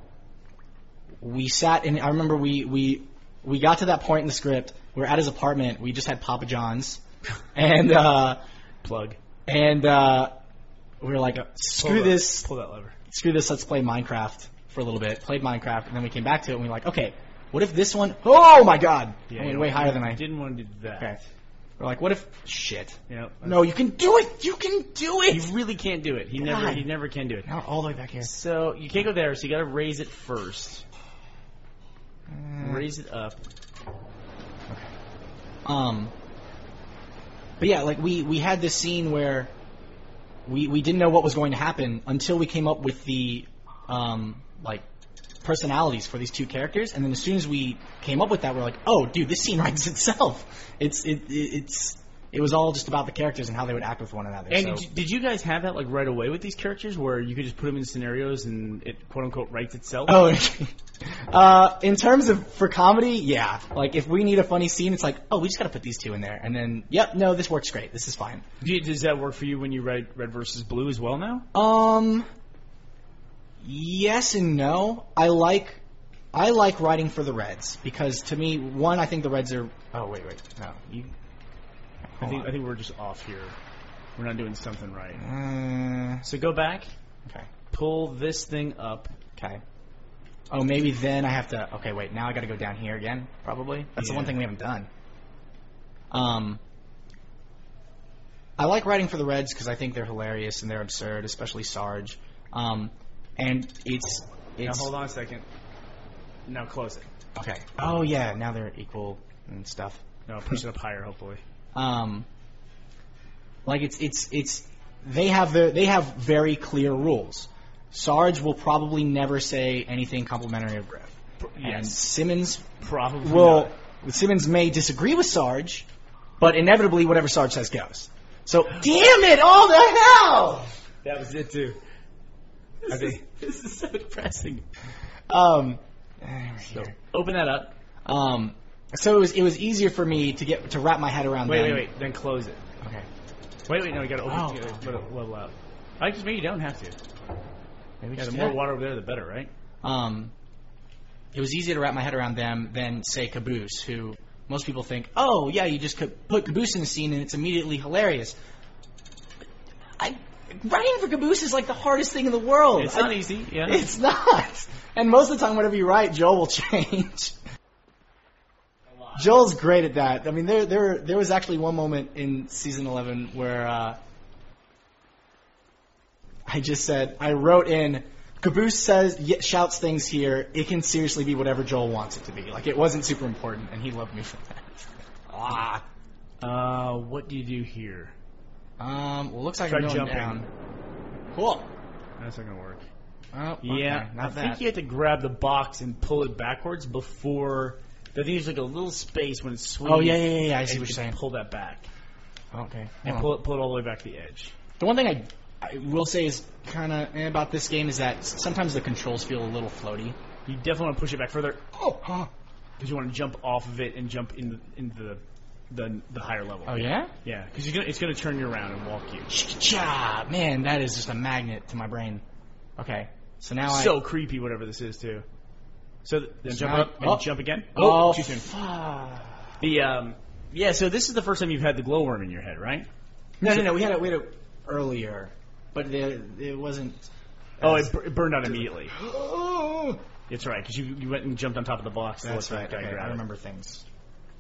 S2: we sat, and I remember we we we got to that point in the script. We were at his apartment. We just had Papa John's, and uh,
S1: Plug.
S2: and uh, we were like,
S1: Pull
S2: "Screw
S1: that-
S2: this!
S1: Pull that lever.
S2: screw this, let's play Minecraft for a little bit. Played Minecraft, and then we came back to it, and we were like, okay, what if this one oh my god! I
S1: you
S2: went
S1: don't-
S2: way higher than I.
S1: didn't want to do that.
S2: Okay. We're like, what if? Shit.
S1: Yep.
S2: No, you can do it. You can do
S1: You
S2: it.
S1: really can't do it. He never
S2: God.
S1: he never can do it.
S2: Now all the way back here.
S1: So you can't go there, so you gotta raise it first.
S2: Uh,
S1: Raise it up.
S2: Um. But yeah, like we we had this scene where we we didn't know what was going to happen until we came up with the um like personalities for these two characters, and then as soon as we came up with that, we're like, oh, dude, this scene writes itself. It's it, it it's it was all just about the characters and how they would act with one another.
S1: And
S2: so-
S1: did, you, did you guys have that like right away with these characters, where you could just put them in scenarios and it quote unquote writes itself?
S2: Oh, okay. uh, in terms of for comedy, yeah. Like if we need a funny scene, it's like, oh, we just gotta put these two in there, and then, yep, no, this works great. This is fine.
S1: Do you- does that work for you when you write Red versus Blue as well now?
S2: Um, yes and no. I like. I like writing for the Reds because to me, one, I think the Reds are. Oh wait, wait, no, you.
S1: I
S2: hold
S1: think,
S2: on.
S1: I think we're just off here. We're not doing something right.
S2: Uh,
S1: So go back,
S2: okay,
S1: pull this thing up.
S2: okay. Oh, maybe then I have to. Okay, wait. Now I got to go down here again. Probably. That's the one
S1: Yeah.
S2: thing we haven't done. Um, I like writing for the Reds because I think they're hilarious and they're absurd, especially Sarge. Um, and it's
S1: Now
S2: it's
S1: hold on a second. Now close it.
S2: okay. Oh yeah, now they're equal and stuff.
S1: No, push it up higher, hopefully.
S2: um, like it's it's it's they have their they have very clear rules. Sarge will probably never say anything complimentary of Griff, and
S1: Yes,
S2: Simmons
S1: probably.
S2: will
S1: not.
S2: Simmons may disagree with Sarge, but inevitably whatever Sarge says goes. So damn it, all the hell!
S1: That was it too. I think-
S2: This is so depressing. Um, eh, we're here.
S1: Open that up.
S2: um, so it was it was easier for me to get to wrap my head around.
S1: Wait,
S2: them.
S1: wait, wait. Then close it.
S2: Okay,
S1: Wait, wait. No, you gotta open
S2: Oh.
S1: it. to- Let it level out. I just mean you don't have to.
S2: maybe
S1: Yeah,
S2: just
S1: the
S2: do
S1: more
S2: that.
S1: water over there, the better, right?
S2: um, it was easier to wrap my head around them than say Caboose, who most people think, oh yeah, you just could put Caboose in a scene and it's immediately hilarious. I writing for Caboose is like the hardest thing in the world.
S1: It's
S2: I-
S1: not easy. Yeah.
S2: It's not. And most of the time, whatever you write, Joel will change. Joel's great at that. I mean, there there there was actually one moment in season eleven where uh, I just said I wrote in. Caboose says y- shouts things here. It can seriously be whatever Joel wants it to be. Like it wasn't super important, and he loved me for that. Ah.
S1: Uh, what do you do here?
S2: Um. Well, looks like
S1: Try
S2: I'm going
S1: jumping.
S2: down. Cool.
S1: That's not gonna work.
S2: Oh, okay,
S1: Yeah,
S2: Not
S1: I
S2: that.
S1: think you have to grab the box and pull it backwards before. I think there's like a little space when it's swinging.
S2: oh yeah, yeah, yeah, yeah. I
S1: and
S2: see what
S1: you
S2: you're
S1: can
S2: saying.
S1: Pull that back
S2: Okay.
S1: and pull it, pull it all the way back to the edge.
S2: The one thing I, I will say is kind of eh, about this game is that s- sometimes the controls feel a little floaty.
S1: You definitely want to push it back further
S2: Oh, huh.
S1: because you want to jump off of it and jump in the, in the the the higher level.
S2: Oh yeah.
S1: Yeah, because you're gonna, it's gonna turn you around and walk you.
S2: Cha, man, that is just a magnet to my brain. Okay, so now I.
S1: So creepy, whatever this is too. So th- then jump
S2: not-
S1: up and
S2: oh.
S1: jump again.
S2: oh,
S1: too soon.
S2: fuck.
S1: The um, yeah. So this is the first time you've had the glowworm in your head, right?
S2: No, no, no. We had it. We had it earlier, but it, it wasn't.
S1: Oh, it, bur- it burned out immediately.
S2: Oh,
S1: It's right because you, you went and jumped on top of the box. to
S2: that's
S1: let
S2: right.
S1: that guy
S2: Okay,
S1: grab
S2: I
S1: it.
S2: remember things.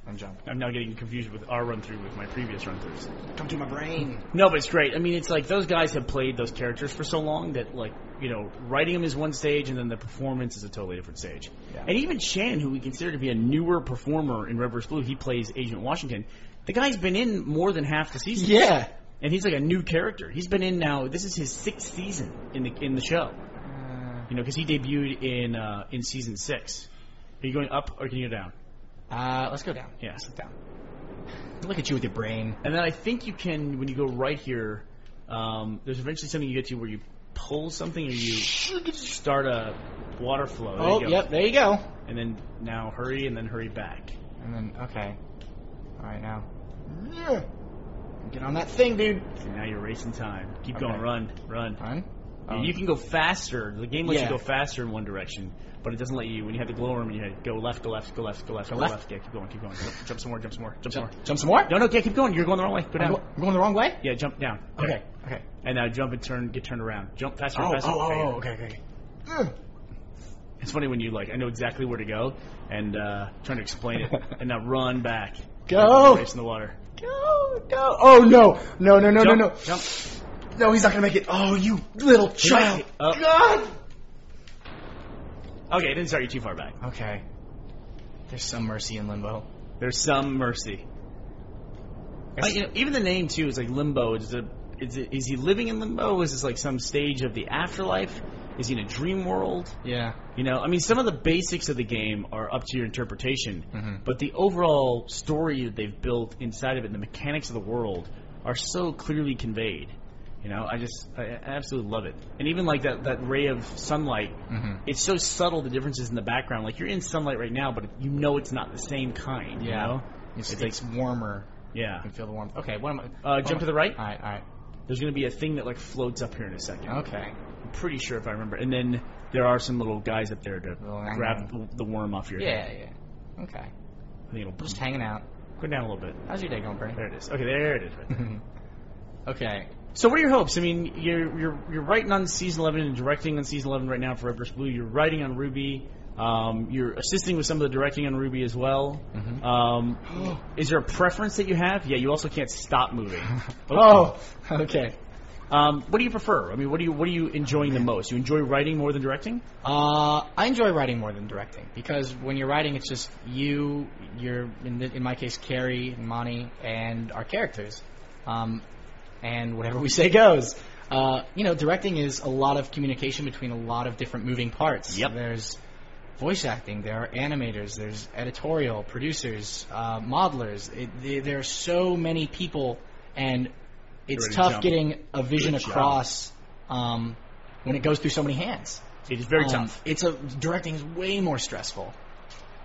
S2: I'm jump.
S1: I'm now getting confused with our run through with my previous run throughs.
S2: Come to my brain.
S1: No, but it's great. I mean, it's like those guys have played those characters for so long that like you know writing them is one stage, and then the performance is a totally different stage.
S2: Yeah.
S1: And even Shannon, who we consider to be a newer performer in Red vs. Blue, he plays Agent Washington. The guy's been in more than half the season,
S2: Yeah.
S1: and he's like a new character. He's been in now. This is his sixth season in the in the show.
S2: Uh,
S1: You know, because he debuted in uh, in season six. Are you going up or can you go down?
S2: Uh, let's go down.
S1: Yeah.
S2: Let's sit down. Look at you with your brain.
S1: And then I think you can, when you go right here, um, there's eventually something you get to where you pull something or you start a water flow. There
S2: Oh,
S1: you go.
S2: yep, there you go.
S1: And then now hurry and then hurry back.
S2: And then, okay. Alright, now. Yeah. Get on that thing, dude.
S1: So now you're racing time. Keep going,
S2: Okay.
S1: run, run.
S2: Fine.
S1: Yeah, you can go faster. The game lets
S2: Yeah.
S1: you go faster in one direction, but it doesn't let you, when you have the glowworm in your head, go left, go left, go left, go left, go,
S2: left.
S1: left. Yeah, keep going, keep going. Jump, jump some more, jump some more, jump, some
S2: jump,
S1: more.
S2: jump some more?
S1: No, no, yeah, keep going. You're going the wrong way. Go
S2: I'm,
S1: down.
S2: go- I'm going the wrong way?
S1: Yeah, jump down. There.
S2: Okay, okay.
S1: And now jump and turn, get turned around. Jump faster,
S2: Oh, oh,
S1: faster.
S2: oh,
S1: Okay, yeah.
S2: oh, okay, okay. okay.
S1: It's funny when you like I know exactly where to go and uh, trying to explain it and now run back.
S2: Go.
S1: Race in the water.
S2: Go, go. Oh, no. No, no, no,
S1: jump,
S2: no, no.
S1: Jump.
S2: No, he's not going to make it. Oh, you little child.
S1: Oh.
S2: God.
S1: Okay, it didn't start you too far back.
S2: Okay. There's some mercy in limbo.
S1: There's some mercy. Like, you know, even the name too is like limbo. Is, a, is, it, is he living in limbo? Is this like some stage of the afterlife? Is he in a dream world?
S2: Yeah.
S1: You know, I mean, some of the basics of the game are up to your interpretation,
S2: Mm-hmm.
S1: but the overall story that they've built inside of it, and the mechanics of the world, are so clearly conveyed. You know, I just I, I absolutely love it. And even like that that ray of sunlight,
S2: Mm-hmm.
S1: it's so subtle the differences in the background. Like you're in sunlight right now, but you know it's not the same kind. You
S2: Yeah.
S1: know?
S2: It's, Oh.
S1: It's
S2: it's warmer.
S1: Yeah.
S2: You can feel the warmth. Okay. What am I?
S1: Uh,
S2: what am
S1: jump
S2: I-
S1: to the right.
S2: All right. All
S1: There's going to be a thing that like floats up here in a second.
S2: right. Okay.
S1: I'm pretty sure if I remember. And then there are some little guys up there to
S2: Little hang
S1: grab the, the worm off your head.
S2: Yeah. Yeah. Okay.
S1: I think it'll
S2: Just
S1: just
S2: hanging out.
S1: go down a little bit.
S2: How's your day going, Brent?
S1: There it is. Okay, there it is. Right there.
S2: okay.
S1: So what are your hopes? I mean, you're you're you're writing on season 11 and directing on season 11 right now for Red vs. Blue. You're writing on Ruby. Um, you're assisting with some of the directing on Ruby as well. Um, is there a preference that you have? Yeah, you also can't stop moving.
S2: Oh. Okay.
S1: Um, what do you prefer? I mean, what do you what are you enjoying the most? You enjoy writing more than directing?
S2: Uh, I enjoy writing more than directing because when you're writing, it's just you, you're in, th in my case Carrie and Monty and our characters, um, and whatever we say goes. Uh, you know, directing is a lot of communication between a lot of different moving parts.
S1: Yep.
S2: There's voice acting, there are animators, there's editorial, producers, uh, modelers. It, there- there are so many people, and it's
S1: Ready to
S2: tough
S1: jump.
S2: getting a vision
S1: Good job.
S2: across um, when it goes through so many hands.
S1: It is very
S2: Um,
S1: tough.
S2: It's a directing is way more stressful.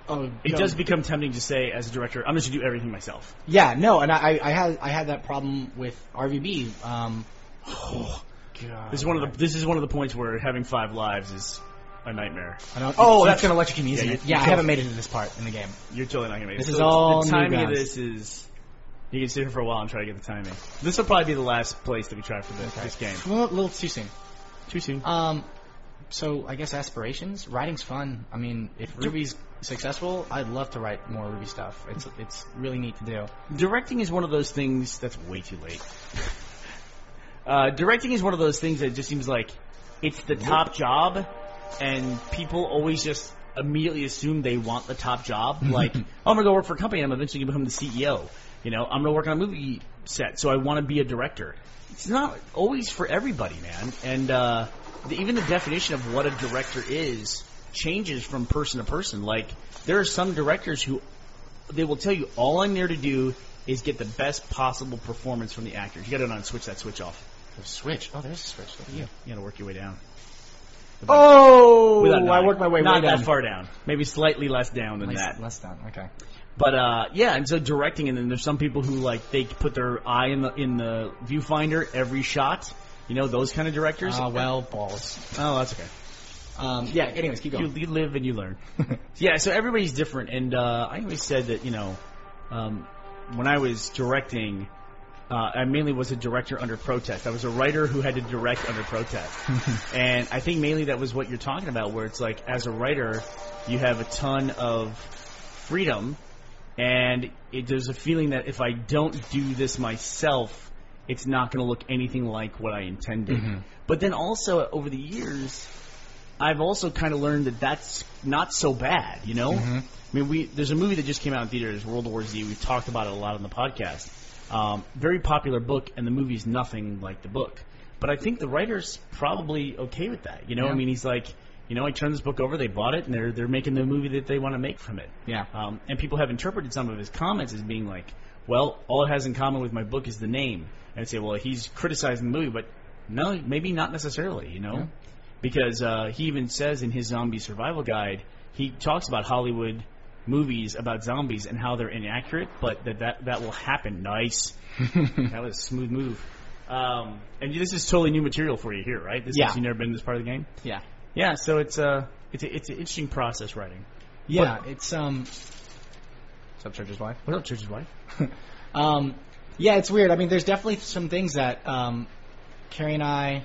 S2: Oh,
S1: It
S2: no.
S1: does become tempting to say, as a director, I'm just gonna do everything myself.
S2: Yeah, no, and I, I- I had I had that problem with RVB. Um, God.
S1: This is one of the this is one of the points where having five lives is a nightmare.
S2: oh, that's gonna let you keep
S1: Yeah,
S2: using
S1: you-
S2: it. Yeah,
S1: you
S2: I
S1: told-
S2: haven't made it to this part in the game.
S1: You're totally not gonna make it.
S2: This is
S1: it's-
S2: all
S1: the
S2: new
S1: timing of
S2: ground.
S1: this is. You can sit here for a while and try to get the timing. This will probably be the last place that we try for this, this game.
S2: Well, a little too soon.
S1: Too soon.
S2: Um, so I guess aspirations. Writing's fun. I mean, if Ruby's successful, I'd love to write more Ruby stuff. It's it's really neat to do.
S1: directing is one of those things that's way too late. uh, directing is one of those things that just seems like it's the top job, and people always just immediately assume they want the top job. like, oh, I'm gonna go work for a company. I'm eventually gonna become the CEO. You know, I'm gonna work on a movie set, so I want to be a director. It's not always for everybody, man. And uh, the, even the definition of what a director is changes from person to person. Like, there are some directors who they will tell you all I'm there to do is get the best possible performance from the actors. You got to on switch that switch off.
S2: The switch. Oh, there's a switch. Look at you.
S1: You got to work your way down.
S2: Oh,
S1: Without
S2: I
S1: knowing.
S2: worked my way
S1: not
S2: way
S1: that
S2: down.
S1: far down. Maybe slightly less down than that.
S2: Less, less down. Okay.
S1: But uh, yeah, and so directing, and then there's some people who like they put their eye in the in the viewfinder every shot. You know those kind of directors.
S2: Ah, well, balls.
S1: oh, that's okay.
S2: Um, yeah. Anyways, keep
S1: You,
S2: going.
S1: you live and you learn. yeah, so everybody's different, and uh, I always said that you know, um, when I was directing, uh, I mainly was a director under protest. I was a writer who had to direct under protest, and I think mainly that was what you're talking about, where it's like as a writer, you have a ton of freedom, and it, there's a feeling that if I don't do this myself, it's not going to look anything like what I intended. But then also over the years. I've also kind of learned that that's not so bad, you know. I mean, we there's a movie that just came out in theaters, World War Z. We've talked about it a lot on the podcast. Um, very popular book, and the movie's nothing like the book. But I think the writer's probably okay with that, you know. I
S2: Yeah.
S1: mean, he's like, you know, I turned this book over, they bought it, and they're they're making the movie that they want to make from it.
S2: Yeah.
S1: Um, and people have interpreted some of his comments as being like, well, all it has in common with my book is the name. And I'd say, well, he's criticizing the movie, but no, maybe not necessarily, you know? Because uh, he even says in his zombie survival guide, he talks about Hollywood movies about zombies and how they're inaccurate, but that that, that will happen. Nice. that was a smooth move. Um, and this is totally new material for you here, right? This
S2: Yeah.
S1: is, you've never been in this part of the game?
S2: Yeah.
S1: Yeah, so it's, uh, it's, a, it's an interesting process writing.
S2: Yeah. it's um. Sub Church's wife.
S1: What up, Church's wife?
S2: Um, yeah, it's weird. I mean, there's definitely some things that um, Carrie and I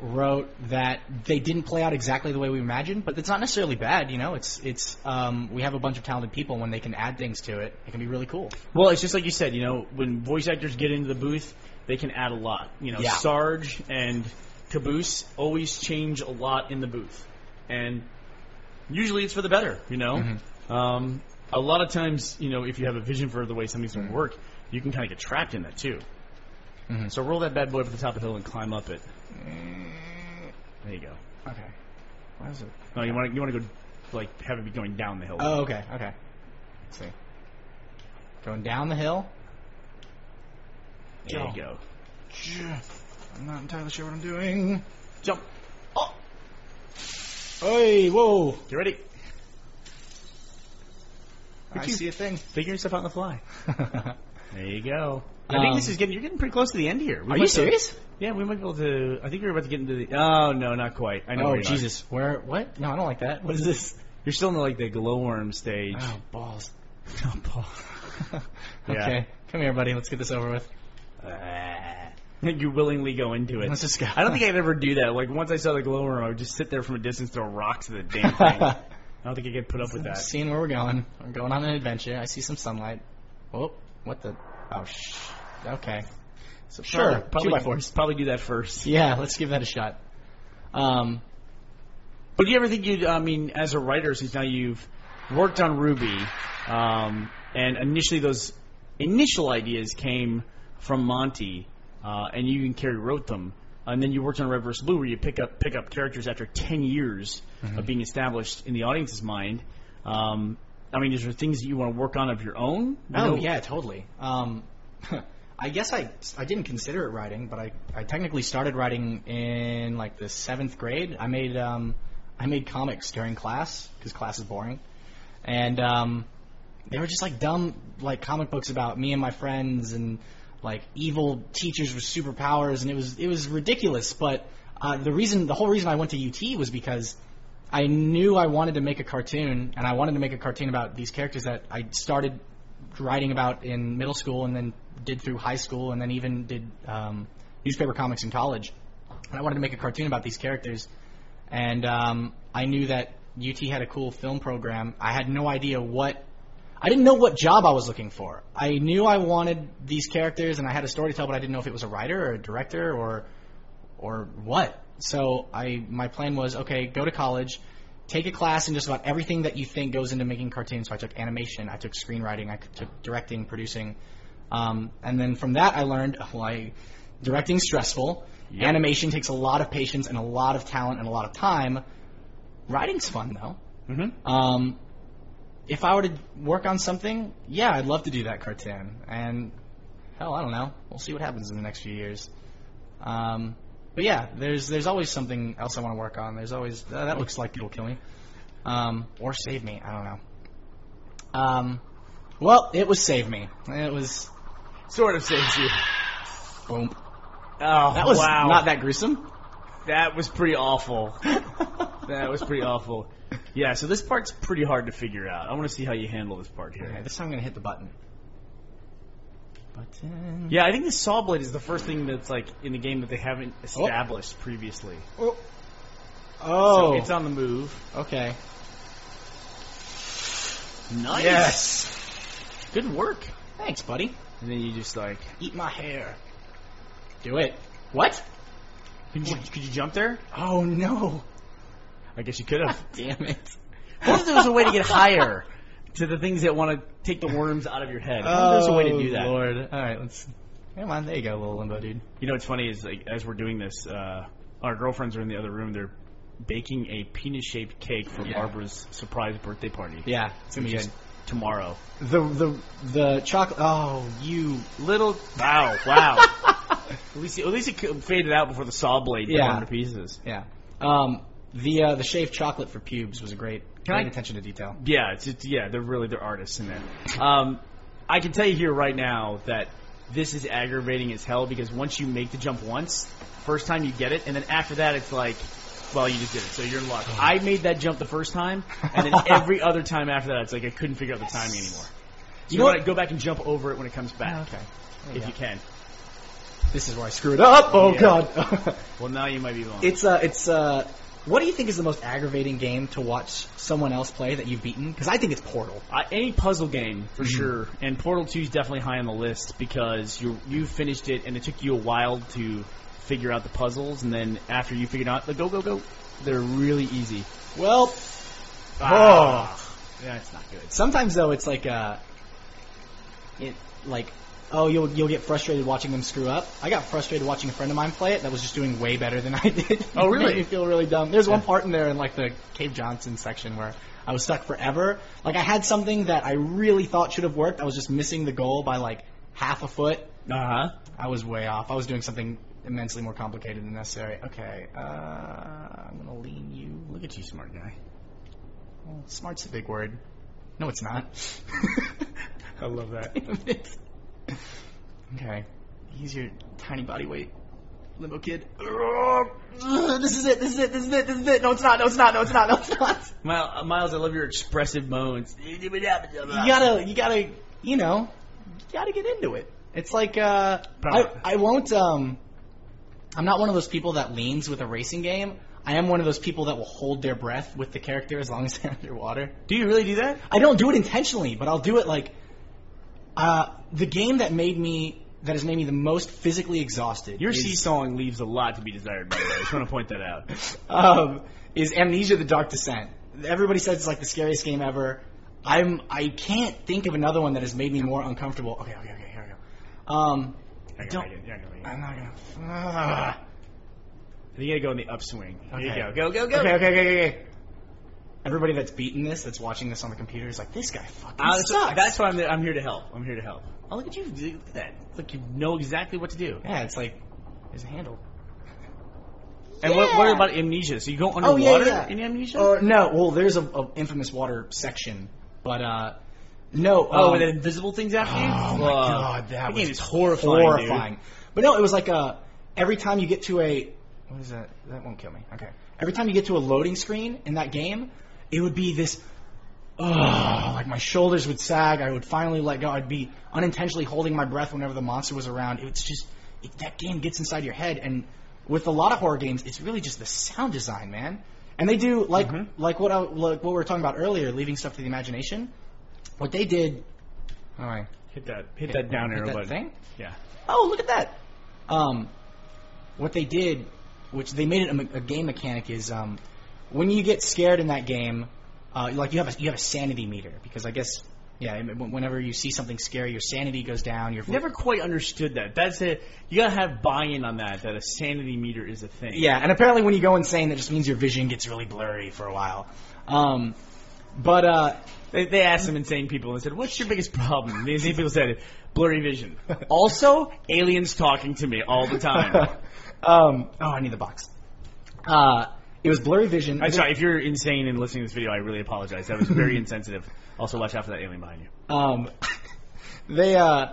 S2: wrote that they didn't play out exactly the way we imagined, but it's not necessarily bad. You know, it's it's um, we have a bunch of talented people. When they can add things to it, it can be really cool.
S1: Well, it's just like you said, you know, when voice actors get into the booth, they can add a lot. You know,
S2: Yeah.
S1: Sarge and Caboose always change a lot in the booth. And usually it's for the
S2: Mm-hmm. Mm-hmm.
S1: better, you know? Um, a lot of times, you know, if you have a vision for the way something's going to work, you can kind of get trapped in that too. So roll that bad boy over the top of the hill and climb up it. There you go.
S2: Eh, Okay. Why is it?
S1: No, you want to you want to go like have it be going down the hill.
S2: Oh, okay, okay. Let's see. Going down the hill.
S1: there you go.
S2: I'm not entirely sure what I'm doing.
S1: Jump.
S2: Oh. Hey, whoa.
S1: Get ready.
S2: I see a thing.
S1: Figure yourself out on the fly.
S2: Are
S1: There you go. I think
S2: Um,
S1: this is getting you're getting pretty close to the end here. We might
S2: you
S1: be-
S2: serious?
S1: yeah, we might be able to. I think we're about to get into the. Oh no, not quite. I know.
S2: Oh
S1: we're not.
S2: Jesus. Where what? No, I don't like that. What is this?
S1: You're still in like the glowworm stage.
S2: Oh balls.
S1: Oh, Paul.
S2: okay. Come here, buddy. Let's get this over with.
S1: you willingly go into it.
S2: Let's just go.
S1: I don't think I'd ever do that. Like once I saw the glowworm, I would just sit there from a distance, throw rocks at the damn thing. I don't think I could put up with that.
S2: Seeing where we're going. We're going on an adventure. I see some sunlight. Whoop. What the? Oh, sh. Okay. So sure.
S1: probably,
S2: Two by fours.
S1: probably do that first.
S2: Yeah, let's give that a shot. Um,
S1: But do you ever think you'd, I mean, as a writer, since now you've worked on Ruby, um, and initially those initial ideas came from Monty, uh, and you and Carrie wrote them, and then you worked on Red vs. Blue, where you pick up pick up characters after ten years
S2: Mm-hmm.
S1: of being established in the audience's mind. Um, I mean, is there things that you want to work on of your own? You
S2: Oh
S1: know-
S2: yeah, totally. Um, I guess I I didn't consider it writing, but I I technically started writing in like the seventh grade. I made um I made comics during class because class is boring, and um they were just like dumb like comic books about me and my friends and like evil teachers with superpowers and it was it was ridiculous. But uh, the reason the whole reason I went to UT was because I knew I wanted to make a cartoon, and I wanted to make a cartoon about these characters that I started writing about in middle school, and then did through high school, and then even did um, newspaper comics in college. And I wanted to make a cartoon about these characters, and um, I knew that UT had a cool film program. I had no idea what. I didn't know what job I was looking for. I knew I wanted these characters, and I had a story to tell, but I didn't know if it was a writer or a director or or what. So I my plan was okay, go to college, take a class in just about everything that you think goes into making cartoons. So I took animation, I took screenwriting, I took directing, producing, um, and then from that I learned why directing stressful. Animation takes a lot of patience and a lot of talent and a lot of time. Writing's fun though.
S1: Mhm.
S2: Um, if I were to work on something, yeah, I'd love to do that cartoon. And hell, I don't know. We'll see what happens in the next few years. Um, but yeah, there's there's always something else I want to work on. There's always uh, that looks like it'll kill me, um, or save me. I don't know. Um, well, it was save me. It was
S1: Sort of saves you.
S2: boom.
S1: Oh,
S2: That was
S1: wow.
S2: not that gruesome.
S1: That was pretty awful. that was pretty awful. Yeah, so this part's pretty hard to figure out. I want to see how you handle this part
S2: Okay,
S1: here.
S2: this time I'm gonna hit the button. Button.
S1: Yeah, I think the saw blade is the first thing that's like in the game that they haven't established previously.
S2: Oh.
S1: So
S2: Oh.
S1: it's on the move.
S2: okay.
S1: Nice. Good work.
S2: Thanks, buddy.
S1: And then you just like,
S2: Eat my hair. Do it. What?
S1: could you, could you jump there?
S2: Oh no.
S1: I guess you could have.
S2: Damn it.
S1: what if there was a way to get higher to the things that want to take the worms out of your head? What if there's a way to do that?
S2: Oh, Lord. All right, let's. Come on, there you go, little limbo dude.
S1: Oh, You know what's funny is like as we're doing this, uh, our girlfriends are in the other room. They're baking a penis-shaped cake for
S2: Yeah.
S1: Barbara's surprise birthday party.
S2: Yeah, it's gonna be
S1: Which is
S2: good.
S1: tomorrow.
S2: The the the chocolate. Oh, you.
S1: Little wow, wow. at least at least it c- faded out before the saw blade
S2: Yeah.
S1: tore him to pieces.
S2: Yeah. Um, the uh, the shaved chocolate for pubes was a great.
S1: Can
S2: great
S1: I-
S2: attention to detail.
S1: Yeah, it's, it's yeah, they're really they're artists in there. Um, I can tell you here right now that this is aggravating as hell because once you make the jump once, first time you get it, and then after that it's like, well, you just did it, so you're in luck.
S2: Oh.
S1: I made that jump the first time, and then every other time after that, it's like I couldn't figure out the timing anymore. So you,
S2: know
S1: want to
S2: what-
S1: go back and jump over it when it comes back
S2: Oh, Okay. There you
S1: if
S2: go.
S1: you can.
S2: This is where I screwed up. Oh
S1: Yeah.
S2: god.
S1: Well, now you might be wrong.
S2: It's uh, it's uh, what do you think is the most aggravating game to watch someone else play that you've beaten? Because I think it's Portal.
S1: I, any puzzle game for sure, and Portal Two is definitely high on the list because you you finished it and it took you a while to figure out the puzzles, and then after you figured out the go go go, they're really easy.
S2: Well,
S1: Ah, that's not good.
S2: sometimes though it's like uh, it like oh, you'll you'll get frustrated watching them screw up. I got frustrated watching a friend of mine play it that was just doing way better than I did.
S1: Oh, really?
S2: Made me feel really dumb. There's one part in there in like the Cave Johnson section where I was stuck forever. Like I had something that I really thought should have worked. I was just missing the goal by like half a foot.
S1: Uh huh.
S2: I was way off. I was doing something immensely more complicated than necessary. Okay, uh, I'm gonna lean you.
S1: Look at you, smart guy.
S2: Well, smart's a big word. No, it's not.
S1: I love that.
S2: Damn it. Okay. He's your tiny body weight. Limbo kid. Ugh, This is it. This is it. This is it. This is it. No, it's not. No, it's not. No, it's not. No, it's not.
S1: Miles, uh, Miles, I love your expressive moans. You
S2: You gotta, you gotta, you know, you gotta get into it. It's like, uh, I,
S1: Proper.
S2: I won't, um, I'm not one of those people that leans with a racing game. I am one of those people that will hold their breath with the character as long as they're underwater.
S1: Do you really do that?
S2: I don't do it intentionally, but I'll do it like uh, the game that made me that has made me the most physically exhausted.
S1: Your
S2: is,
S1: seesawing leaves a lot to be desired, by the way. I just want to point that out.
S2: um, is Amnesia: The Dark Descent. Everybody says it's like the scariest game ever. I'm I can't think of another one that has made me more uncomfortable. Okay, okay, okay, here we go. Um,
S1: I
S2: Don't- I'm not gonna. Ugh.
S1: You gotta go in the upswing.
S2: Okay.
S1: There you go. Go, go, go.
S2: Okay, okay, okay, okay, okay. Everybody that's beaten this, that's watching this on the computer, is like, this guy fucking
S1: Uh, that's-
S2: sucks.
S1: That's why I'm, there. I'm here to help. I'm here to help. Oh, look at you. Look at that. Look, you know exactly what to do.
S2: yeah, it's like there's a handle.
S1: And what, what
S2: Yeah.
S1: about amnesia? So you go
S2: Oh,
S1: underwater
S2: yeah, yeah.
S1: in amnesia?
S2: Or no, well, there's a, a infamous water section, but uh, no.
S1: oh,
S2: um,
S1: with the invisible things after you?
S2: oh my
S1: Whoa.
S2: god, that was
S1: game is horrifying. dude.
S2: horrifying. But no, it was like a every time you get to a what is that? That won't kill me. Okay. Every time you get to a loading screen in that game, it would be this. Oh, like my shoulders would sag. I would finally let go. I'd be unintentionally holding my breath whenever the monster was around. It's just it, that game gets inside your head, and with a lot of horror games, it's really just the sound design, man. And they do like
S1: Mhm.
S2: like what I, like what we were talking about earlier, leaving stuff to the imagination. What they did. All right.
S1: Hit that. Hit that down
S2: Hit
S1: arrow
S2: that
S1: button.
S2: thing?
S1: Yeah.
S2: Oh, look at that. Um, what they did, which they made it a, me- a game mechanic, is um, when you get scared in that game, uh, like you have a you have a sanity meter because I guess yeah, I mean, wh- whenever you see something scary, your sanity goes down. Your
S1: Never quite understood that. That's it. You gotta have buy-in on that. That a sanity meter is a thing.
S2: yeah, and apparently when you go insane, that just means your vision gets really blurry for a while. Um, but uh,
S1: They, they asked some insane people and said, "What's your biggest problem?" And the insane people said, "Blurry vision." also, aliens talking to me all the time.
S2: um, oh, I need the box. Uh, it was blurry vision.
S1: I'm sorry if you're insane and listening to this video. I really apologize. That was very insensitive. Also, watch out for that alien behind you.
S2: Um, they uh,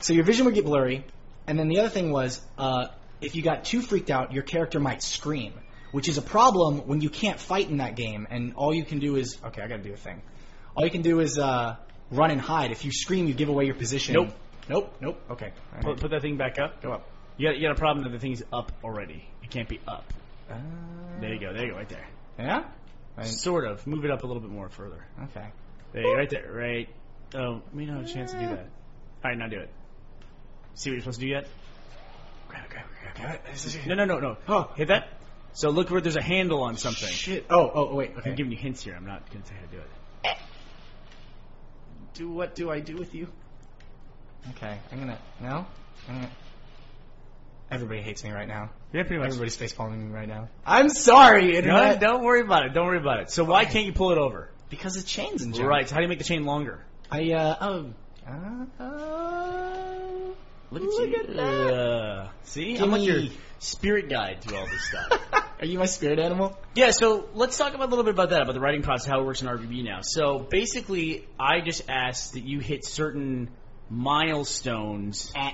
S2: so your vision would get blurry, and then the other thing was uh, if you got too freaked out, your character might scream, which is a problem when you can't fight in that game, and all you can do is okay, I got to do a thing. All you can do is uh, run and hide. If you scream, you give away your position.
S1: Nope.
S2: Nope. Nope. Okay. All right.
S1: Put, put that thing back up.
S2: Go up.
S1: You got, you got a problem that the thing's up already. It can't be up.
S2: Uh,
S1: There you go. There you go. Right there.
S2: Yeah. Right.
S1: Sort of. Move it up a little bit more further.
S2: Okay.
S1: There. you- Right there. Right. Oh, we don't have a chance to do that. All right, now do it. See what you're supposed to do yet?
S2: Grab it. Grab it. Grab it. This is-
S1: No, no, no, no.
S2: Oh.
S1: Hit that. So look where there's a handle on something.
S2: Shit. Oh. Oh. oh, Wait.
S1: I'm
S2: Okay.
S1: giving you hints here. I'm not going to tell you how to do it.
S2: Do what do I do with you? Okay, I'm gonna no. I'm gonna, everybody hates me right now.
S1: Yeah, pretty much.
S2: Everybody's face palming me right now. I'm sorry,
S1: No,
S2: internet.
S1: don't worry about it. Don't worry about it. So why can't you pull it over?
S2: Because of chains and junk.
S1: Right. So how do you make the chain longer?
S2: I uh oh. Uh, uh, look at you.
S1: Uh, see, I'm like your
S2: Gimme.
S1: spirit guide to all this stuff.
S2: Are you my spirit animal?
S1: Yeah, so let's talk about a little bit about that, about the writing process, how it works in RVB now. So basically, I just asked that you hit certain milestones.
S2: Eh.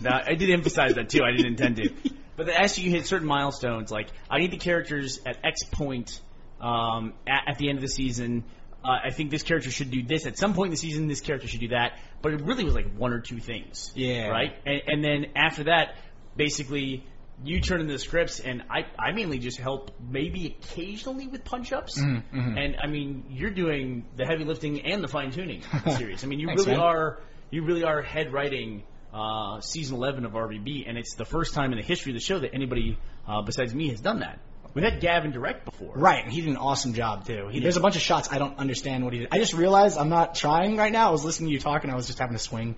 S1: Now, I did emphasize that too. I didn't intend to, but I asked you to hit certain milestones. Like I need the characters at X point um, at, at the end of the season. Uh, I think this character should do this at some point in the season. This character should do that. But it really was like one or two things.
S2: Yeah.
S1: Right. And, and then after that, basically, you turn in the scripts, and I, I mainly just help maybe occasionally with punch ups.
S2: mhm.
S1: And I mean, you're doing the heavy lifting and the fine tuning in the series. I mean, you
S2: Thanks,
S1: really
S2: man.
S1: are you really are head writing uh, season 11 of RVB, and it's the first time in the history of the show that anybody uh, besides me has done that. We've had Gavin direct before.
S2: Right, and he did an awesome job too. He, There's a bunch of shots I don't understand what he did. I just realized I'm not trying right now. I was listening to you talk and I was just having a swing,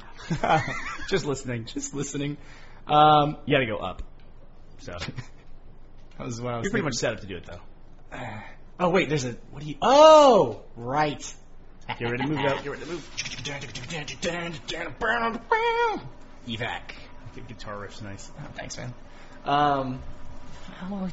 S1: Just listening.
S2: just listening. Um,
S1: You got to go up. So
S2: that was what I was.
S1: you're pretty
S2: thinking.
S1: much set up to do it though.
S2: Oh wait, there's a. What do you? Oh, right.
S1: Get ready to move out. Get ready to move.
S2: Oh, Evac.
S1: Good guitar riff's nice.
S2: Oh, thanks, man. Um,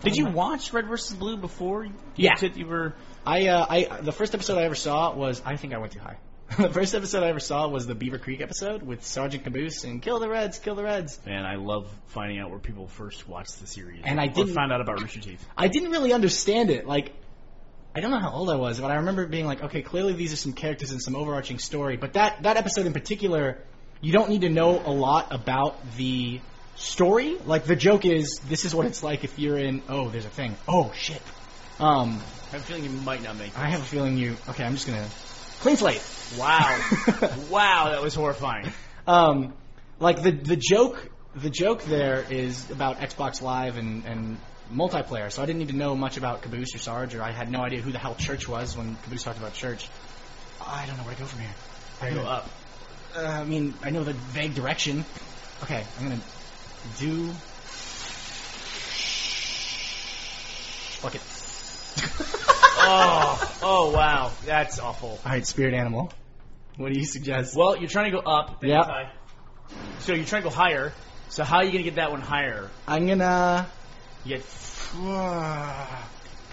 S1: Did you watch Red versus Blue before? You
S2: Yeah.
S1: said you were.
S2: I, uh, I the first episode I ever saw was I think I went too high. the first episode I ever saw was the Beaver Creek episode with Sergeant Caboose and Kill the Reds, Kill the Reds.
S1: Man, I love finding out where people first watched the series.
S2: And I
S1: Or
S2: didn't-
S1: find out about Rooster Teeth.
S2: I didn't really understand it. Like, I don't know how old I was, but I remember it being like, okay, clearly these are some characters and some overarching story. But that that episode in particular, you don't need to know a lot about the story. Like the joke is, this is what it's like if you're in. Oh, there's a thing. Oh shit. Um,
S1: I have a feeling you might not make.
S2: I have a feeling you. Okay, I'm just gonna clean slate.
S1: it. Wow, wow, that was horrifying.
S2: um, like the the joke the joke there is about Xbox Live and and multiplayer. So I didn't need to know much about Caboose or Sarge, or I had no idea who the hell Church was when Caboose talked about Church. I don't know where to go from here. I
S1: Go up.
S2: Uh, I mean, I know the vague direction. Okay, I'm gonna do. Fuck it.
S1: Oh, oh wow, that's awful.
S2: All right, spirit animal. What do you suggest?
S1: Well, you're trying to go up. then
S2: Yeah.
S1: you die. So you're trying to go higher. So how are you gonna get that one higher?
S2: I'm gonna
S1: You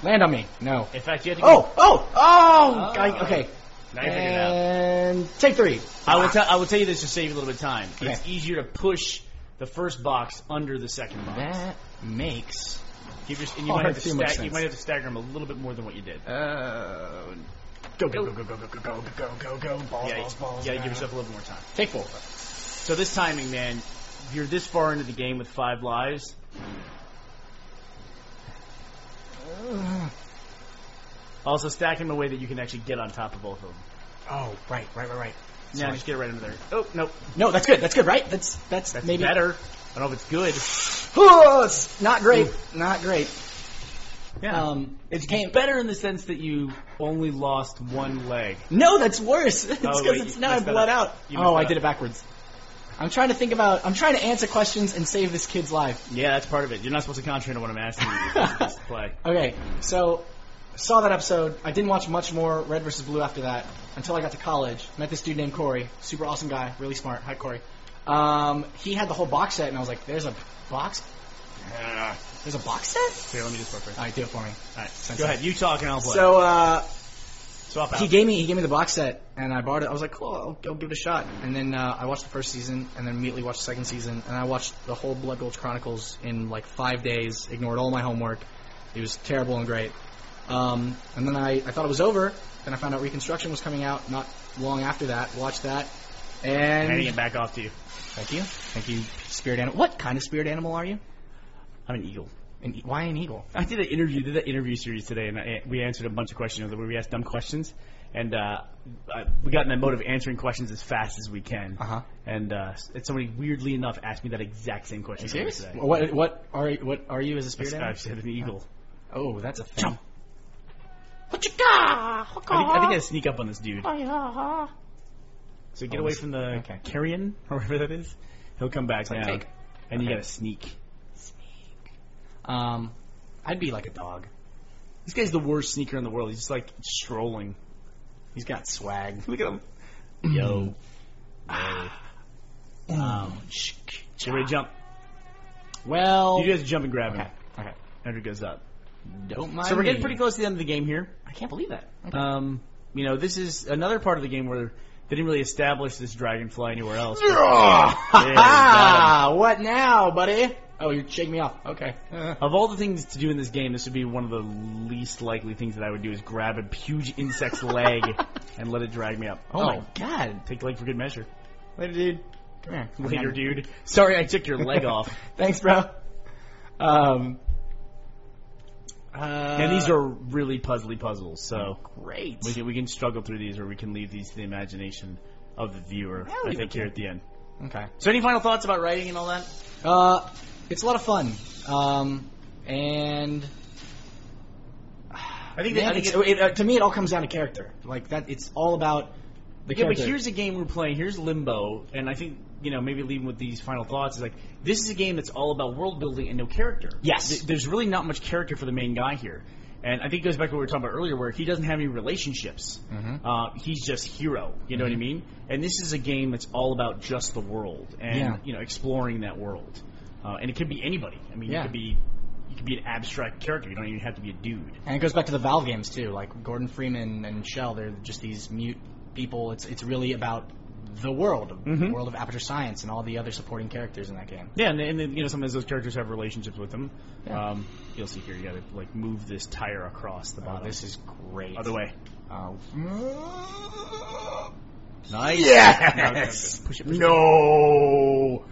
S2: land on me. No.
S1: in fact, you have to. Go,
S2: Oh, oh, oh! I, okay.
S1: Now you're figuring it
S2: Eh.
S1: out.
S2: And take three.
S1: I will tell. I will tell you this to save you a little bit of time. It's
S2: Okay.
S1: easier to push the first box under the second box.
S2: That makes.
S1: You just, and you might have to
S2: Too much
S1: stag- you
S2: sense.
S1: might have to stagger them a little bit more than what you did.
S2: Uh, go, go, go, go, go, go, go, go, go, go, go, balls,
S1: yeah,
S2: balls, balls.
S1: you gotta
S2: uh,
S1: give yourself a little more time.
S2: Take four.
S1: So this timing, man, you're this far into the game with five lives.
S2: Uh,
S1: Also stack them in a way that you can actually get on top of both of them.
S2: oh, right, right, right, right.
S1: Now
S2: Sorry.
S1: just get right under there. Oh nope,
S2: No, that's good. That's good, right? That's that's,
S1: that's
S2: maybe
S1: better. I don't know if it's good.
S2: Oh, it's not great. Not great. Um,
S1: it's better in the sense that you only lost one leg.
S2: No, that's worse. It's because
S1: Oh, wait,
S2: it's
S1: you
S2: now I
S1: messed that
S2: bled
S1: up.
S2: out.
S1: You messed
S2: Oh,
S1: that
S2: I
S1: up.
S2: did it backwards. I'm trying to think about. I'm trying to answer questions and save this kid's life.
S1: Yeah, that's part of it. You're not supposed to concentrate on what I'm asking you. You're supposed to just play.
S2: Okay, so saw that episode. I didn't watch much more Red versus Blue after that until I got to college. Met this dude named Corey, super awesome guy, really smart. Hi, Corey. Um, he had the whole box set, and I was like, "There's a box? There's a box set?"
S1: Uh, Here, let me just work first.
S2: All right, do it for me.
S1: All right, go ahead. You talk and I'll play.
S2: So uh,
S1: Swap out.
S2: he gave me he gave me the box set, and I bought it. I was like, "Cool, I'll, I'll give it a shot." And then uh, I watched the first season, and then immediately watched the second season, and I watched the whole Blood Gold Chronicles in like five days. Ignored all my homework. It was terrible and great. Um, and then I, I thought it was over. Then I found out Reconstruction was coming out not long after that. Watched that.
S1: I'm handing it
S2: And
S1: back off to you.
S2: thank you, thank you, spirit animal. What kind of spirit animal are you?
S1: I'm an eagle.
S2: And e- why an eagle?
S1: I did an interview, did that interview series today, and I, we answered a bunch of questions where we asked dumb questions, and uh, I, we got in the mode of answering questions as fast as we can.
S2: Uh-huh.
S1: And uh, s- and somebody weirdly enough asked me that exact same question. earlier today.
S2: What what are what are you as a spirit
S1: I
S2: animal?
S1: said an eagle.
S2: Oh, that's a thing.
S3: What you got?
S1: I
S3: What
S1: think, I
S2: Uh-huh.
S1: think I sneak up on this dude.
S3: got?
S1: So get
S2: Oh,
S1: away
S2: this-
S1: from the
S2: Uh, okay.
S1: carrion or whatever that is. He'll come back
S2: like
S1: now,
S2: fake.
S1: and you
S2: Okay.
S1: gotta sneak.
S2: Um, I'd be like a dog.
S1: This guy's the worst sneaker in the world. He's just like strolling.
S2: He's got swag.
S1: Look at him. Yo.
S2: Um,
S1: Everybody jump.
S2: well,
S1: You guys jump and grab him.
S2: okay, Oh. okay.
S1: Andrew goes up.
S2: Don't mind.
S1: So we're getting
S2: me.
S1: pretty close to the end of the game here.
S2: I can't believe that. Okay.
S1: Um, you know, this is another part of the game where they didn't really establish this dragonfly anywhere else. you got
S2: what now, buddy? Oh, you're shaking me off. Okay.
S1: Of all the things to do in this game, this would be one of the least likely things that I would do is grab a huge insect's leg and let it drag me up.
S2: oh my god.
S1: Take leg for good measure.
S2: Later, dude. Come here.
S1: Later, dude. Sorry I took your leg off.
S2: Thanks, bro. Um. Uh,
S1: And these are really puzzly puzzles, so
S2: great.
S1: we can, we can struggle through these or we can leave these to the imagination of the viewer,
S2: Yeah,
S1: I
S2: we
S1: think,
S2: can.
S1: here at the end.
S2: Okay.
S1: So any final thoughts about writing and all that?
S2: Uh, it's a lot of fun. Um, and
S1: I think, that,
S2: Man,
S1: I think
S2: it's-
S1: it-
S2: it, uh, to me, it all comes down to character. Like that, it's all about the
S1: yeah, but
S2: character.
S1: here's a game we're playing. Here's Limbo, and I think you know maybe leaving with these final thoughts is like this is a game that's all about world building and no character.
S2: Yes.
S1: Th- there's really not much character for the main guy here, and I think it goes back to what we were talking about earlier, where he doesn't have any relationships.
S2: Mm-hmm.
S1: Uh, he's just hero. You know what I mean? And this is a game that's all about just the world and
S2: Yeah.
S1: you know exploring that world, uh, and it could be anybody. I mean,
S2: Yeah.
S1: you could be you could be an abstract character. You don't even have to be a dude.
S2: and it goes back to the Valve games too. Like Gordon Freeman and Shell, they're just these mute people. It's it's really about the world, the
S1: Mhm.
S2: world of Aperture Science, and all the other supporting characters in that game.
S1: Yeah, and, and then, you know sometimes those characters have relationships with them.
S2: Yeah.
S1: Um, you'll see here you got to like move this tire across the
S2: Wow,
S1: bottom.
S2: Oh, this is great.
S1: other way.
S2: Uh,
S1: Nice.
S2: Yes!
S1: Push it. Push
S2: no.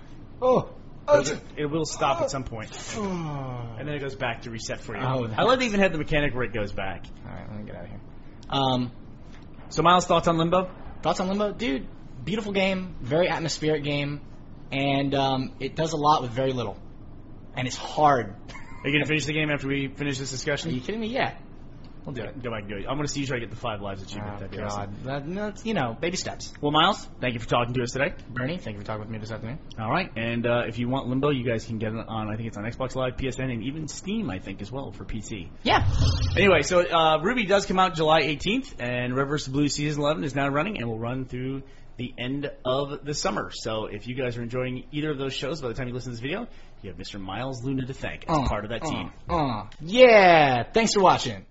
S2: Oh.
S1: It. Does It, it will stop at some point, and then it goes back to reset for you.
S2: Oh, that-
S1: I love they even had the mechanic where it goes back.
S2: All right, let me get out of here. Um,
S1: So Miles, thoughts on Limbo?
S2: thoughts on Limbo, dude? Beautiful game, very atmospheric game, and um, it does a lot with very little, and it's hard.
S1: Are you gonna finish the game after we finish this
S2: Are you
S1: discussion?
S2: kidding me? Yeah, we'll do it.
S1: Go back and do it. I'm gonna see you try to get the five lives
S2: Oh,
S1: achievement. That'd be awesome.
S2: That- no, it's, you know, baby steps.
S1: Well, Miles, thank you for talking to us today.
S2: Bernie, thank you for talking with me this afternoon.
S1: All right, and uh, if you want Limbo, you guys can get it on. I think it's on Xbox Live, PSN, and even Steam, I think, as well for PC.
S2: Yeah.
S1: Anyway, so uh, Ruby does come out July 18th, and Reverse Blue Season 11 is now running and will run through the end of the summer. So if you guys are enjoying either of those shows by the time you listen to this video, you have Mr. Miles Luna to thank as
S2: Uh,
S1: part of that
S2: uh,
S1: team.
S2: uh. yeah. Thanks for watching.